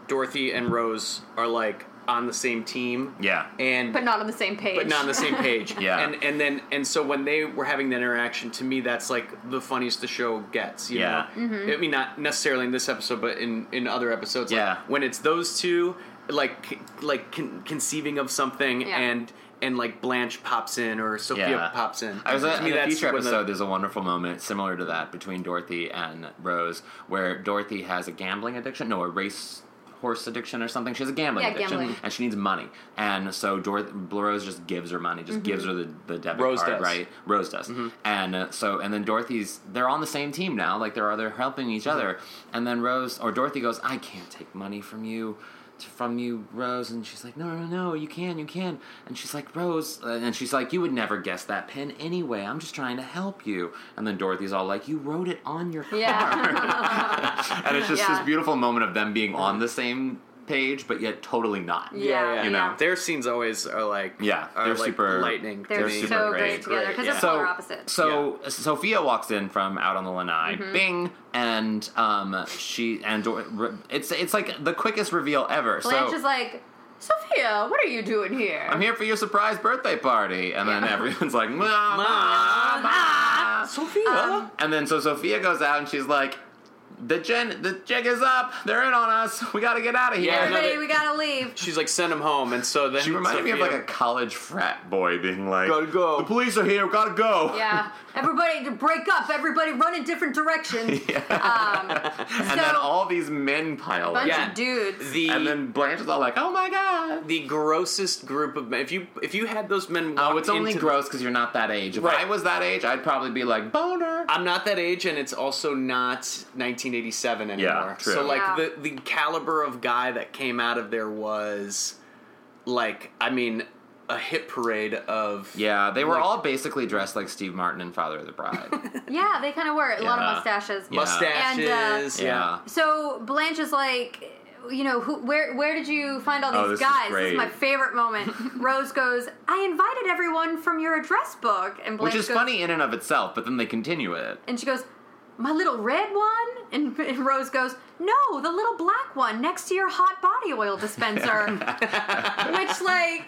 S5: Dorothy and Rose are like on the same team.
S4: Yeah.
S5: and
S3: but not on the same page.
S5: but not on the same page.
S4: Yeah.
S5: and and then and so when they were having that interaction, to me, that's like the funniest the show gets. You
S4: Yeah.
S5: know?
S3: Mm-hmm.
S5: I mean, not necessarily in this episode, but in in other episodes. like,
S4: Yeah.
S5: when it's those two, like c- like con- conceiving of something
S3: Yeah.
S5: and. And like Blanche pops in, or Sophia pops in.
S4: I was uh,
S5: To
S4: in a
S5: that's
S4: future
S5: when the-
S4: episode. There's a wonderful moment similar to that between Dorothy and Rose, where Dorothy has a gambling addiction, no, a race horse addiction or something. She has a gambling
S3: Yeah,
S4: addiction,
S3: gambling.
S4: and she needs money. And so Dorothy Rose just gives her money,
S3: Mm-hmm.
S4: just gives her the, the debit
S5: Rose
S4: card,
S5: does.
S4: right? Rose does. And uh, so, and then Dorothy's, they're on the same team now. Like they're they're helping each other. And then Rose or Dorothy goes, "I can't take money from you." t- From you, Rose, and she's like, no, no, no, you can, you can, and she's like, Rose, uh, and she's like, you would never guess that pen anyway. I'm just trying to help you. And then Dorothy's all like, you wrote it on your car, and it's just
S3: Yeah.
S4: this beautiful moment of them being on the same page, but yet totally not.
S3: Yeah,
S5: yeah,
S4: you know.
S3: yeah.
S5: Their scenes always are like
S4: Yeah,
S5: are
S4: they're
S5: like
S4: super-
S5: lightning. to
S3: They're,
S4: They're
S5: me.
S4: super
S3: so
S4: great.
S3: great, together because they're
S5: Yeah.
S3: polar opposites.
S4: So Sophia walks in from out on the lanai,
S3: Mm-hmm.
S4: bing, and um, she and Dor- re- it's it's like the quickest reveal ever.
S3: Blanche
S4: so
S3: is like, Sophia, what are you doing here?
S4: I'm here for your surprise birthday party, and then
S3: Yeah.
S4: everyone's like, ma, ma, ma.
S5: Sophia.
S3: um,
S4: and then so Sophia goes out and she's like, the gen the jig is up, they're in on us, we got to get out of here.
S5: Yeah, no,
S3: Everybody,
S5: they-
S3: we gotta leave.
S5: She's like, send him home, and so then
S4: She reminded me of
S5: Sophia-
S4: like a college frat boy being like,
S5: Gotta go.
S4: The police are here, gotta go.
S3: Yeah, everybody to break up. Everybody run in different directions. Um,
S4: And
S3: so,
S4: then all these men pile
S3: bunch
S4: up.
S5: Yeah.
S3: of dudes.
S5: the
S4: And then Blanche is all like, oh my god.
S5: the grossest group of men. If you if you had those men,
S4: Oh,
S5: walk
S4: it's only
S5: into-
S4: gross because you're not that age. If
S5: Right.
S4: I was that age, I'd probably be like boner.
S5: I'm not that age, and it's also not 1987 anymore.
S4: Yeah, true.
S5: So like
S3: Yeah.
S5: the the caliber of guy that came out of there was, like, I mean, a hit parade of
S4: yeah, they were all basically dressed like Steve Martin in Father of the Bride.
S3: Yeah, they kind of were. A lot
S4: Yeah.
S3: of mustaches.
S4: Yeah.
S5: mustaches.
S4: yeah.
S3: So Blanche is like, you know, who, where, where did you find all
S4: Oh,
S3: these
S4: this is
S3: guys? This
S4: great.
S3: is my favorite moment. Rose goes, I invited everyone from your address book, and Blanche
S4: Which is
S3: goes,
S4: funny in and of itself, but then they continue it.
S3: and she goes, my little red one, and, and Rose goes, no, the little black one next to your hot body oil dispenser, which like.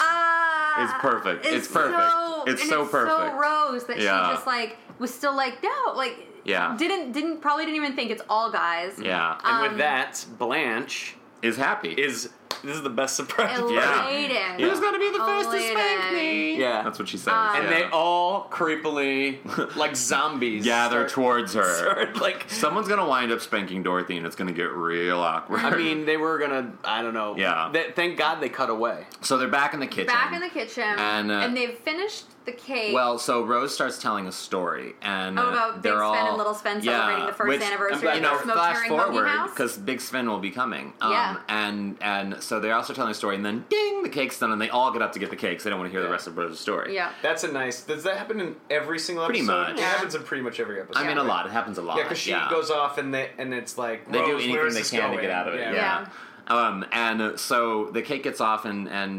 S3: Uh,
S4: It's perfect.
S3: is
S4: It's perfect.
S3: so-
S4: It's
S3: and
S4: so perfect.
S3: So Rose that
S4: Yeah.
S3: she just like was still like no, like
S4: Yeah.
S3: didn't didn't probably didn't even think it's all guys.
S4: Yeah.
S5: And
S3: Um,
S5: with that, Blanche
S4: is happy.
S5: is this is the best surprise.
S3: elated.
S4: Yeah. Who's gonna be the first to
S3: Elated.
S4: spank me?
S5: Yeah.
S4: That's what she says.
S5: and
S4: yeah.
S5: they all creepily like zombies
S4: gather
S5: start-
S4: towards her.
S5: start, like
S4: Someone's gonna wind up spanking Dorothy, and it's gonna get real awkward.
S5: i mean they were gonna i don't know
S4: Yeah.
S5: Th- thank god they cut away
S4: so they're back in the kitchen.
S3: Back in the kitchen,
S4: And, uh,
S3: they've finished the cake.
S4: Well, so Rose starts telling a story, and
S3: Oh, about Big
S4: they're
S3: Sven
S4: all,
S3: and Little Sven celebrating the first
S4: which,
S3: anniversary
S5: of
S4: You know,
S5: their
S3: smoke
S4: flash
S3: sharing
S4: forward
S3: house.
S4: because Big Sven will be coming. Um,
S3: Yeah.
S4: And and so they're also telling a story, and then ding, the cake's done, and they all get up to get the cakes. They don't want to hear the
S6: Yeah.
S4: rest of Rose's story.
S3: yeah.
S6: That's a nice. Does that happen in every single
S4: Pretty
S6: episode?
S4: much.
S6: It
S4: Yeah.
S6: happens in pretty much every episode.
S4: I mean, a lot. It happens a lot.
S6: Yeah, because she goes off and they, and it's like
S4: They do
S6: "Rose, where
S4: anything
S6: is
S4: they
S6: this
S4: can to
S6: going?"
S4: get out of it. Yeah.
S3: Yeah.
S4: Um, and uh, so the cake gets off, and and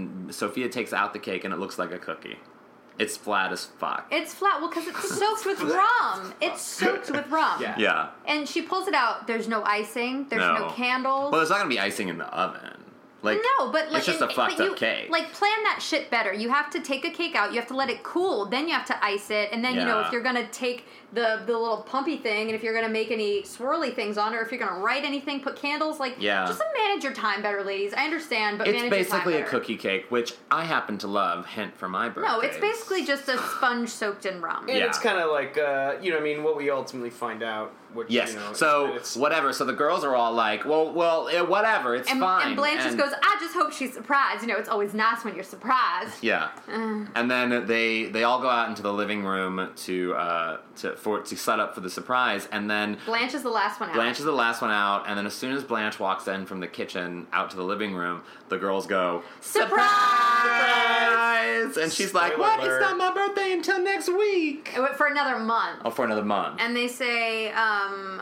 S4: Sophia takes out the cake, and it looks like a cookie. It's flat as fuck.
S3: It's flat. Well, because it's soaked with rum. It's soaked with rum.
S5: Yeah.
S4: yeah.
S3: And she pulls it out. There's no icing. There's no,
S4: No.
S3: candles.
S4: Well, there's not gonna be icing in the oven. Like
S3: no, but like
S4: it's just
S3: and-
S4: a fucked
S3: but you,
S4: up cake.
S3: Like plan that shit better. You have to take a cake out. You have to let it cool. Then you have to ice it. And then you know
S4: Yeah.
S3: if you're gonna take the the little pumpy thing, and if you're gonna make any swirly things on, or if you're gonna write anything, put candles. Like
S4: Yeah.
S3: just manage your time better, ladies. I understand, but
S4: it's
S3: manage your time
S4: basically a
S3: better.
S4: cookie cake, which I happen to love. Hint for my birthday.
S3: No, it's basically just a sponge soaked in rum.
S6: And
S4: Yeah.
S6: it's kind of like uh, you know, what I mean, what we ultimately find out. Which,
S4: Yes.
S6: You know, is that
S4: so
S6: it's,
S4: whatever. So the girls are all like, "Well, well, eh, whatever. It's
S3: And,
S4: fine."
S3: and Blanche just goes, I just hope she's surprised. You know, it's always nice when you're surprised. Um,
S4: Yeah.
S3: "Uh."
S4: And then they they all go out into the living room to uh to for to set up for the surprise, and then
S3: Blanche is the last one out.
S4: Blanche is the last one out, and then as soon as Blanche walks in from the kitchen out to the living room, the girls go
S3: surprise!
S4: surprise, and she's like,
S6: Spoiler
S4: "What?
S6: alert.
S4: It's not my birthday until next week."
S3: It went For another month.
S4: Oh, for another month.
S3: And they say, um,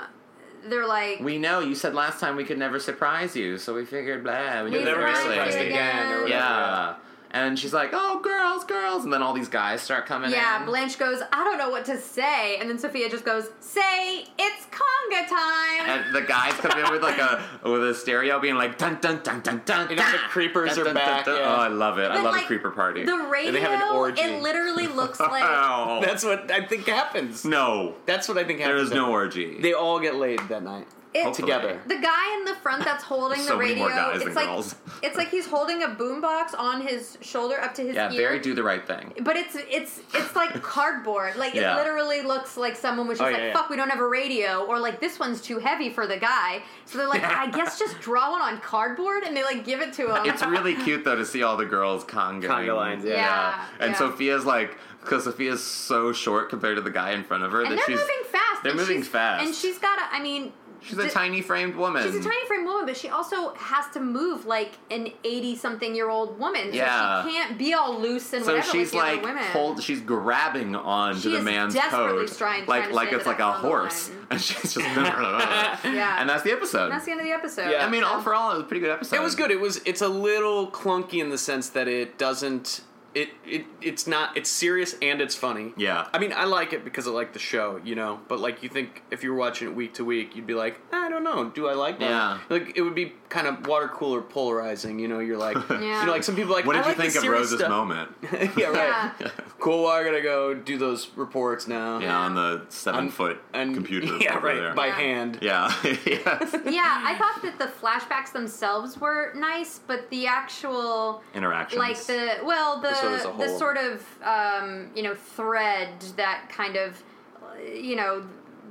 S3: they're like,
S4: we know you said last time we could never surprise you, so we figured, blah, we
S3: "We
S4: did
S6: never
S4: it
S6: be
S3: surprised
S4: early."
S3: you
S6: surprised again. or whatever.
S4: Yeah. And she's like, "Oh, girls, girls," and then all these guys start coming
S3: Yeah,
S4: in.
S3: Blanche goes, I don't know what to say. And then Sophia just goes, Say, it's conga time.
S4: And the guys come in with like a with a stereo being like dun dun dun dun dun.
S5: You know, the
S4: dun,
S5: creepers
S4: dun,
S5: are
S4: dun, dun,
S5: back,
S4: dun.
S5: yeah.
S4: Oh, I love it! I
S3: But,
S4: love
S3: like,
S4: a creeper party.
S3: The radio,
S5: they have an orgy.
S3: it literally looks like.
S4: Wow.
S5: That's what I think happens.
S4: no.
S5: That's what I think
S4: There
S5: happens.
S4: is no orgy.
S5: They all get laid that night.
S3: It,
S4: Hopefully.
S5: together.
S3: the guy in the front that's holding
S4: So
S3: the
S4: many
S3: radio,
S4: more guys
S3: it's
S4: than
S3: like
S4: girls.
S3: it's like he's holding a boombox on his shoulder up to his
S4: yeah,
S3: ear.
S4: very do the right thing.
S3: But it's it's it's like cardboard. Like
S4: Yeah.
S3: it literally looks like someone was just
S5: Oh,
S3: like,
S5: yeah, yeah.
S3: "Fuck, we don't have a radio," or like this one's too heavy for the guy. So they're like, "I guess just draw one on cardboard," and they like give it to him.
S4: It's really cute though to see all the girls conga
S5: Conga lines, yeah.
S3: Yeah,
S4: And
S3: yeah.
S4: Sophia's like, because Sophia's so short compared to the guy in front of her
S3: and
S4: that
S3: they're
S4: she's
S3: moving fast.
S4: They're
S3: and
S4: moving
S3: she's-
S4: fast.
S3: and she's got. a I mean,
S4: she's a
S3: d-
S4: tiny framed woman.
S3: She's a tiny frame woman, but she also has to move like an eighty-something-year-old woman. So
S4: Yeah.
S3: she can't be all loose and
S4: So
S3: whatever with
S4: she's
S3: the other
S4: like
S3: women.
S4: hold, she's grabbing on
S3: She
S4: to the
S3: is
S4: man's
S3: desperately
S4: coat,
S3: trying-
S4: like
S3: trying to
S4: like
S3: stay
S4: it's
S3: with
S4: like
S3: that
S4: a
S3: conga
S4: horse,
S3: line.
S4: and she's just yeah. And that's the episode.
S3: And that's the end of the episode.
S5: Yeah.
S4: I mean, all for all, it was a pretty good episode.
S5: It was good. It was. It's a little clunky in the sense that it doesn't. It, it it's not it's serious and it's funny.
S4: Yeah.
S5: I mean, I like it because I like the show, you know. But like, you think if you were watching it week to week, you'd be like, I don't know, do I like that?
S4: Yeah.
S5: Like it would be kind of water cooler polarizing, you know. You're like,
S3: Yeah.
S5: you know, like some people are like.
S4: What
S5: "I
S4: did you
S5: like the
S4: think of
S5: serious
S4: Rose's
S5: stuff."
S4: moment?
S5: yeah. Right.
S3: Yeah.
S5: Cool. I gotta go do those reports now.
S4: Yeah, on the seven foot
S5: And
S4: computer.
S5: Yeah.
S4: over
S5: Right.
S4: There.
S5: By
S3: Yeah.
S5: hand.
S4: yeah. yes.
S3: yeah, I thought that the flashbacks themselves were nice, but the actual
S4: Interactions.
S3: like the well the
S5: The sort as a
S3: the
S5: whole.
S3: sort of um, you know thread that kind of uh, you know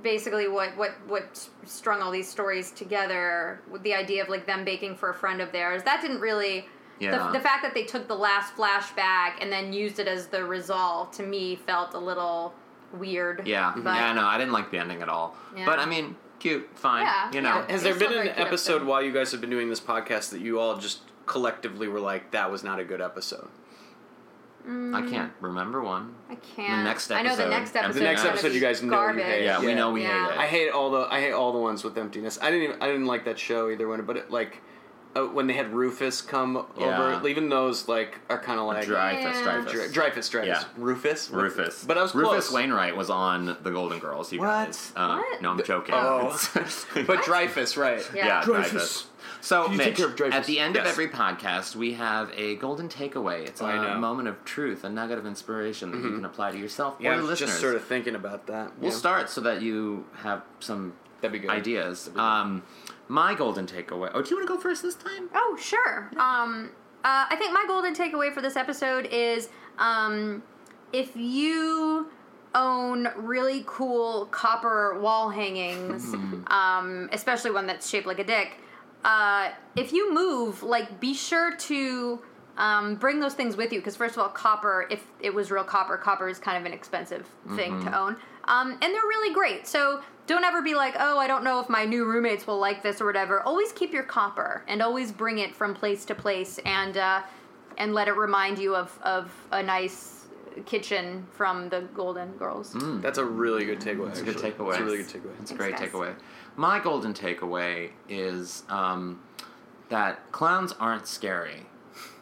S3: basically what what what strung all these stories together with the idea of like them baking for a friend of theirs that didn't really
S4: Yeah.
S3: the, the fact that they took the last flashback and then used it as the resolve to me felt a little weird
S4: Yeah.
S3: but
S4: yeah. No, I didn't like the ending at all.
S3: Yeah.
S4: But I mean, cute, fine.
S3: Yeah,
S4: You know.
S3: yeah.
S5: Has there
S3: It's
S5: been
S3: not
S5: an
S3: very cute
S5: episode
S3: episode.
S5: while you guys have been doing this podcast that you all just collectively were like, that was not a good episode?
S4: I
S3: Mm.
S4: can't remember one.
S3: I can't.
S4: next
S3: I know the
S4: episode-
S3: next
S4: and the
S3: episode.
S4: next
S3: is gonna
S5: episode
S3: be
S5: you guys know you
S3: garbage.
S5: hate.
S4: Yeah, we
S5: Yeah.
S4: know we
S3: Yeah.
S4: hate it.
S5: I hate all the I hate all the ones with emptiness. I didn't even I didn't like that show either when but it, like uh, when they had Rufus come
S4: Yeah.
S5: over, even those like are kind of like
S4: Dreyfus,
S3: Yeah.
S4: Dreyfus.
S5: Dre- Dreyfus, Dreyfus,
S4: Yeah.
S5: Rufus,
S4: Rufus.
S5: But I was
S4: Rufus
S5: close.
S4: Wainwright was on The Golden Girls. You
S5: What?
S4: guys. Uh,
S3: What?
S4: No, I'm joking.
S5: Oh. But Dreyfus, right?
S3: Yeah.
S4: yeah,
S5: Dreyfus.
S4: Dreyfus. So,
S5: Can you take
S4: Mitch,
S5: care of Dreyfus?
S4: at the end of
S5: Yes. Oh,
S4: every podcast, we have a golden takeaway. It's
S5: I
S4: a
S5: know. Mm-hmm.
S4: moment of truth, a nugget of inspiration that you can apply to yourself
S5: Yeah,
S4: or
S5: I
S4: your
S5: was
S4: listeners.
S5: just sort of thinking about that.
S4: We'll
S5: yeah.
S4: start so that you have some
S5: That'd be good.
S4: ideas. Um, my golden takeaway. Oh, do you want to go first this time?
S3: Oh, sure. Um, uh, I think my golden takeaway for this episode is um, if you own really cool copper wall hangings, um, especially one that's shaped like a dick, uh, if you move, like, be sure to Um, bring those things with you because first of all, copper. If it was real copper, copper is kind of an expensive thing to own, um, and they're really great. So don't ever be like, oh, I don't know if my new roommates will like this or whatever. Always keep your copper and always bring it from place to place and uh, and let it remind you of of a nice kitchen from the Golden Girls.
S5: That's a really good takeaway.
S4: It's a good
S5: actually.
S4: takeaway.
S5: It's a really good takeaway.
S4: It's a great
S3: Thanks, guys.
S4: takeaway. My golden takeaway is um, that clowns aren't scary.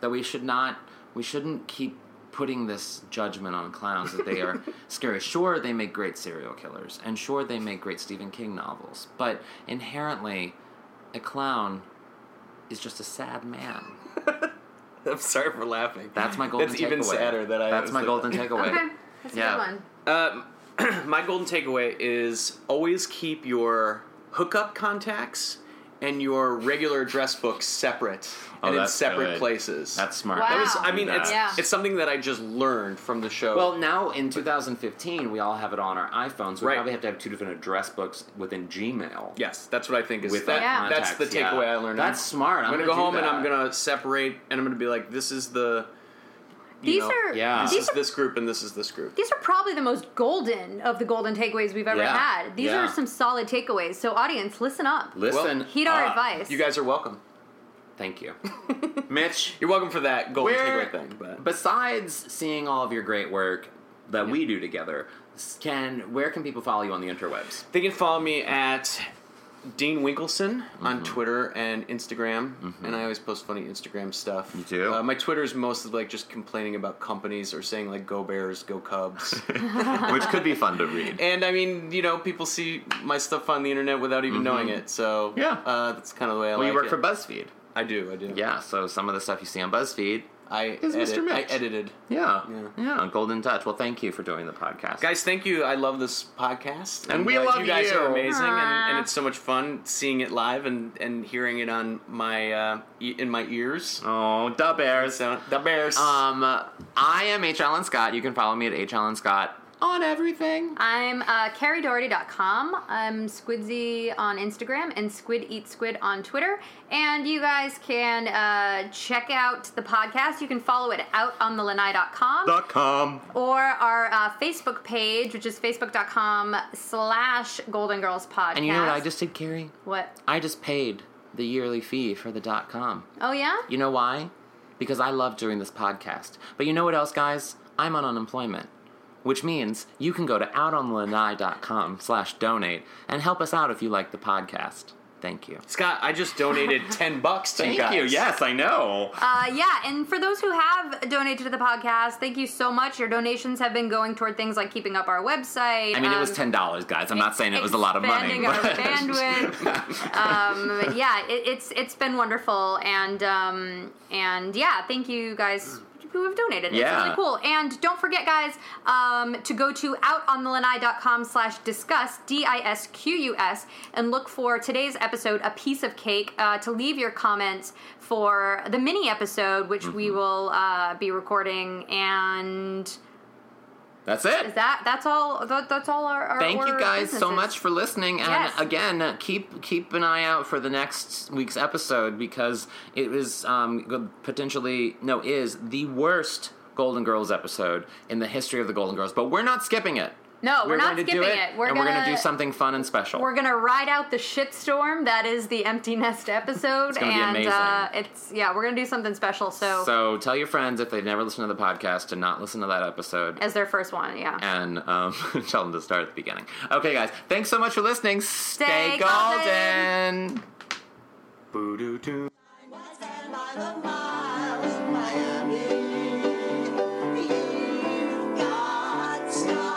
S4: That we should not, we shouldn't keep putting this judgment on clowns that they are scary. Sure, they make great serial killers, and sure, they make great Stephen King novels, but inherently, a clown is just a sad man.
S5: I'm sorry for laughing.
S4: That's my golden
S5: That's
S4: takeaway.
S5: even sadder that I
S4: That's my
S5: said
S4: golden
S5: that.
S4: takeaway.
S3: Okay, that's
S4: Yeah.
S3: a good one.
S5: Uh, my golden takeaway is always keep your hookup contacts and your regular address book separate
S4: Oh,
S5: and in
S4: that's
S5: separate
S4: good.
S5: places.
S4: That's smart.
S3: Wow. That was-
S5: I mean, it's
S3: Yeah.
S5: it's something that I just learned from the show.
S4: Well, now in 2015, we all have it on our iPhones. We
S5: Right.
S4: probably have to have two different address books within Gmail.
S5: yes, that's what I think is
S4: With
S5: that.
S4: that
S3: Yeah.
S5: That's the
S4: contacts, yeah.
S5: takeaway I learned.
S4: That's smart.
S5: I'm,
S4: I'm gonna
S5: gonna, go
S4: do
S5: home and
S4: that.
S5: I'm gonna separate and I'm gonna be like, this is the. you
S3: These
S5: know,
S3: are
S4: yeah.
S5: This
S3: these
S5: is
S3: are
S5: this group and this is this group.
S3: These are probably the most golden of the golden takeaways we've ever
S4: Yeah.
S3: had. These
S4: Yeah.
S3: are some solid takeaways. So, audience, listen up.
S4: Listen,
S3: Heed our
S4: up.
S3: advice.
S5: You guys are welcome.
S4: Thank you, Mitch.
S5: You're welcome for that golden
S4: Where-
S5: takeaway thing, but
S4: Besides seeing all of your great work that we do together, s- can where can people follow you on the interwebs?
S5: They can follow me at Dean Winkleson
S4: Mm-hmm.
S5: on Twitter and Instagram, and I always post funny Instagram stuff. You
S4: do?
S5: Uh, my Twitter is mostly like just complaining about companies or saying like "Go Bears, Go Cubs,"
S4: Which could be fun to read.
S5: and I mean, you know, people see my stuff on the internet without even knowing it. So
S4: Mm-hmm. Yeah.
S5: uh, that's kind of the way I
S4: Well,
S5: like
S4: you work
S5: it.
S4: for BuzzFeed.
S5: I do, I do.
S4: Yeah, so some of the stuff you see on BuzzFeed.
S5: I
S4: Is Mr.
S5: edit- I
S4: Mitch.
S5: edited.
S4: Yeah,
S5: Yeah.
S4: yeah. Golden Touch. Well, thank you for doing the podcast.
S5: Guys, thank you. I love this podcast,
S4: And we
S5: uh,
S4: love
S5: you. guys
S4: you.
S5: are amazing, and, and
S3: Aw.
S5: it's so much fun seeing it live and, and hearing it on my uh, e- in my ears.
S4: oh, da bears.
S5: So the Bears.
S4: Um, I am H. Allen Scott. You can follow me at H. Allen Scott on everything.
S3: I'm uh, CarrieDoherty.com. I'm Squidzy on Instagram and Squid Eat Squid on Twitter. And you guys can uh, check out the podcast. You can follow it out on the lanai.com.
S4: com.
S3: or our uh, Facebook page, which is facebook.com slash Golden Girls Podcast.
S4: And you know what I just did, Carrie?
S3: What?
S4: I just paid the yearly fee for the dot com.
S3: Oh, yeah?
S4: You know why? Because I love doing this podcast. But you know what else, guys? I'm on unemployment. Which means you can go to outonlanai.com slash donate and help us out if you like the podcast. Thank you.
S5: Scott, I just donated ten bucks to you guys.
S4: I know.
S3: Uh, yeah, and for those who have donated to the podcast, thank you so much. Your donations have been going toward things like keeping up our website.
S4: I mean, it
S3: um,
S4: was ten dollars, guys. I'm not saying it was a lot of money.
S3: expanding our
S4: but-
S3: bandwidth. um, yeah, it, it's it's been wonderful, and um, and yeah, thank you guys who have donated.
S4: Yeah.
S3: It's really cool. And don't forget, guys, um, to go to outonthelanai.com slash discuss, D-I-S-Q-U-S, and look for today's episode, A Piece of Cake, uh, to leave your comments for the mini episode, which we
S4: Mm-hmm.
S3: will uh, be recording. And
S4: That's it.
S3: is that, that's all, that, that's all our, our
S4: Thank you
S3: our
S4: guys so
S3: businesses.
S4: much for listening, and
S3: Yes.
S4: again, keep keep an eye out for the next week's episode because it is um, go- potentially no is the worst Golden Girls episode in the history of the Golden Girls. But we're not skipping it.
S3: No, we're not
S4: going to do
S3: skipping
S4: it,
S3: it. We're
S4: and we're going to
S3: gonna-
S4: do something fun and special.
S3: We're gonna ride out the shitstorm that is the empty nest episode,
S4: gonna be
S3: and
S4: amazing.
S3: uh, it's yeah, we're gonna do something special. So,
S4: so tell your friends if they've never listened to the podcast to not listen to that episode.
S3: as their first one, yeah.
S4: and um, tell them to start at the beginning. Okay, guys, thanks so much for listening. Stay,
S3: Stay golden.
S4: golden.
S5: Boo-doo-doo.
S2: I stand by the miles of Miami. You've got style.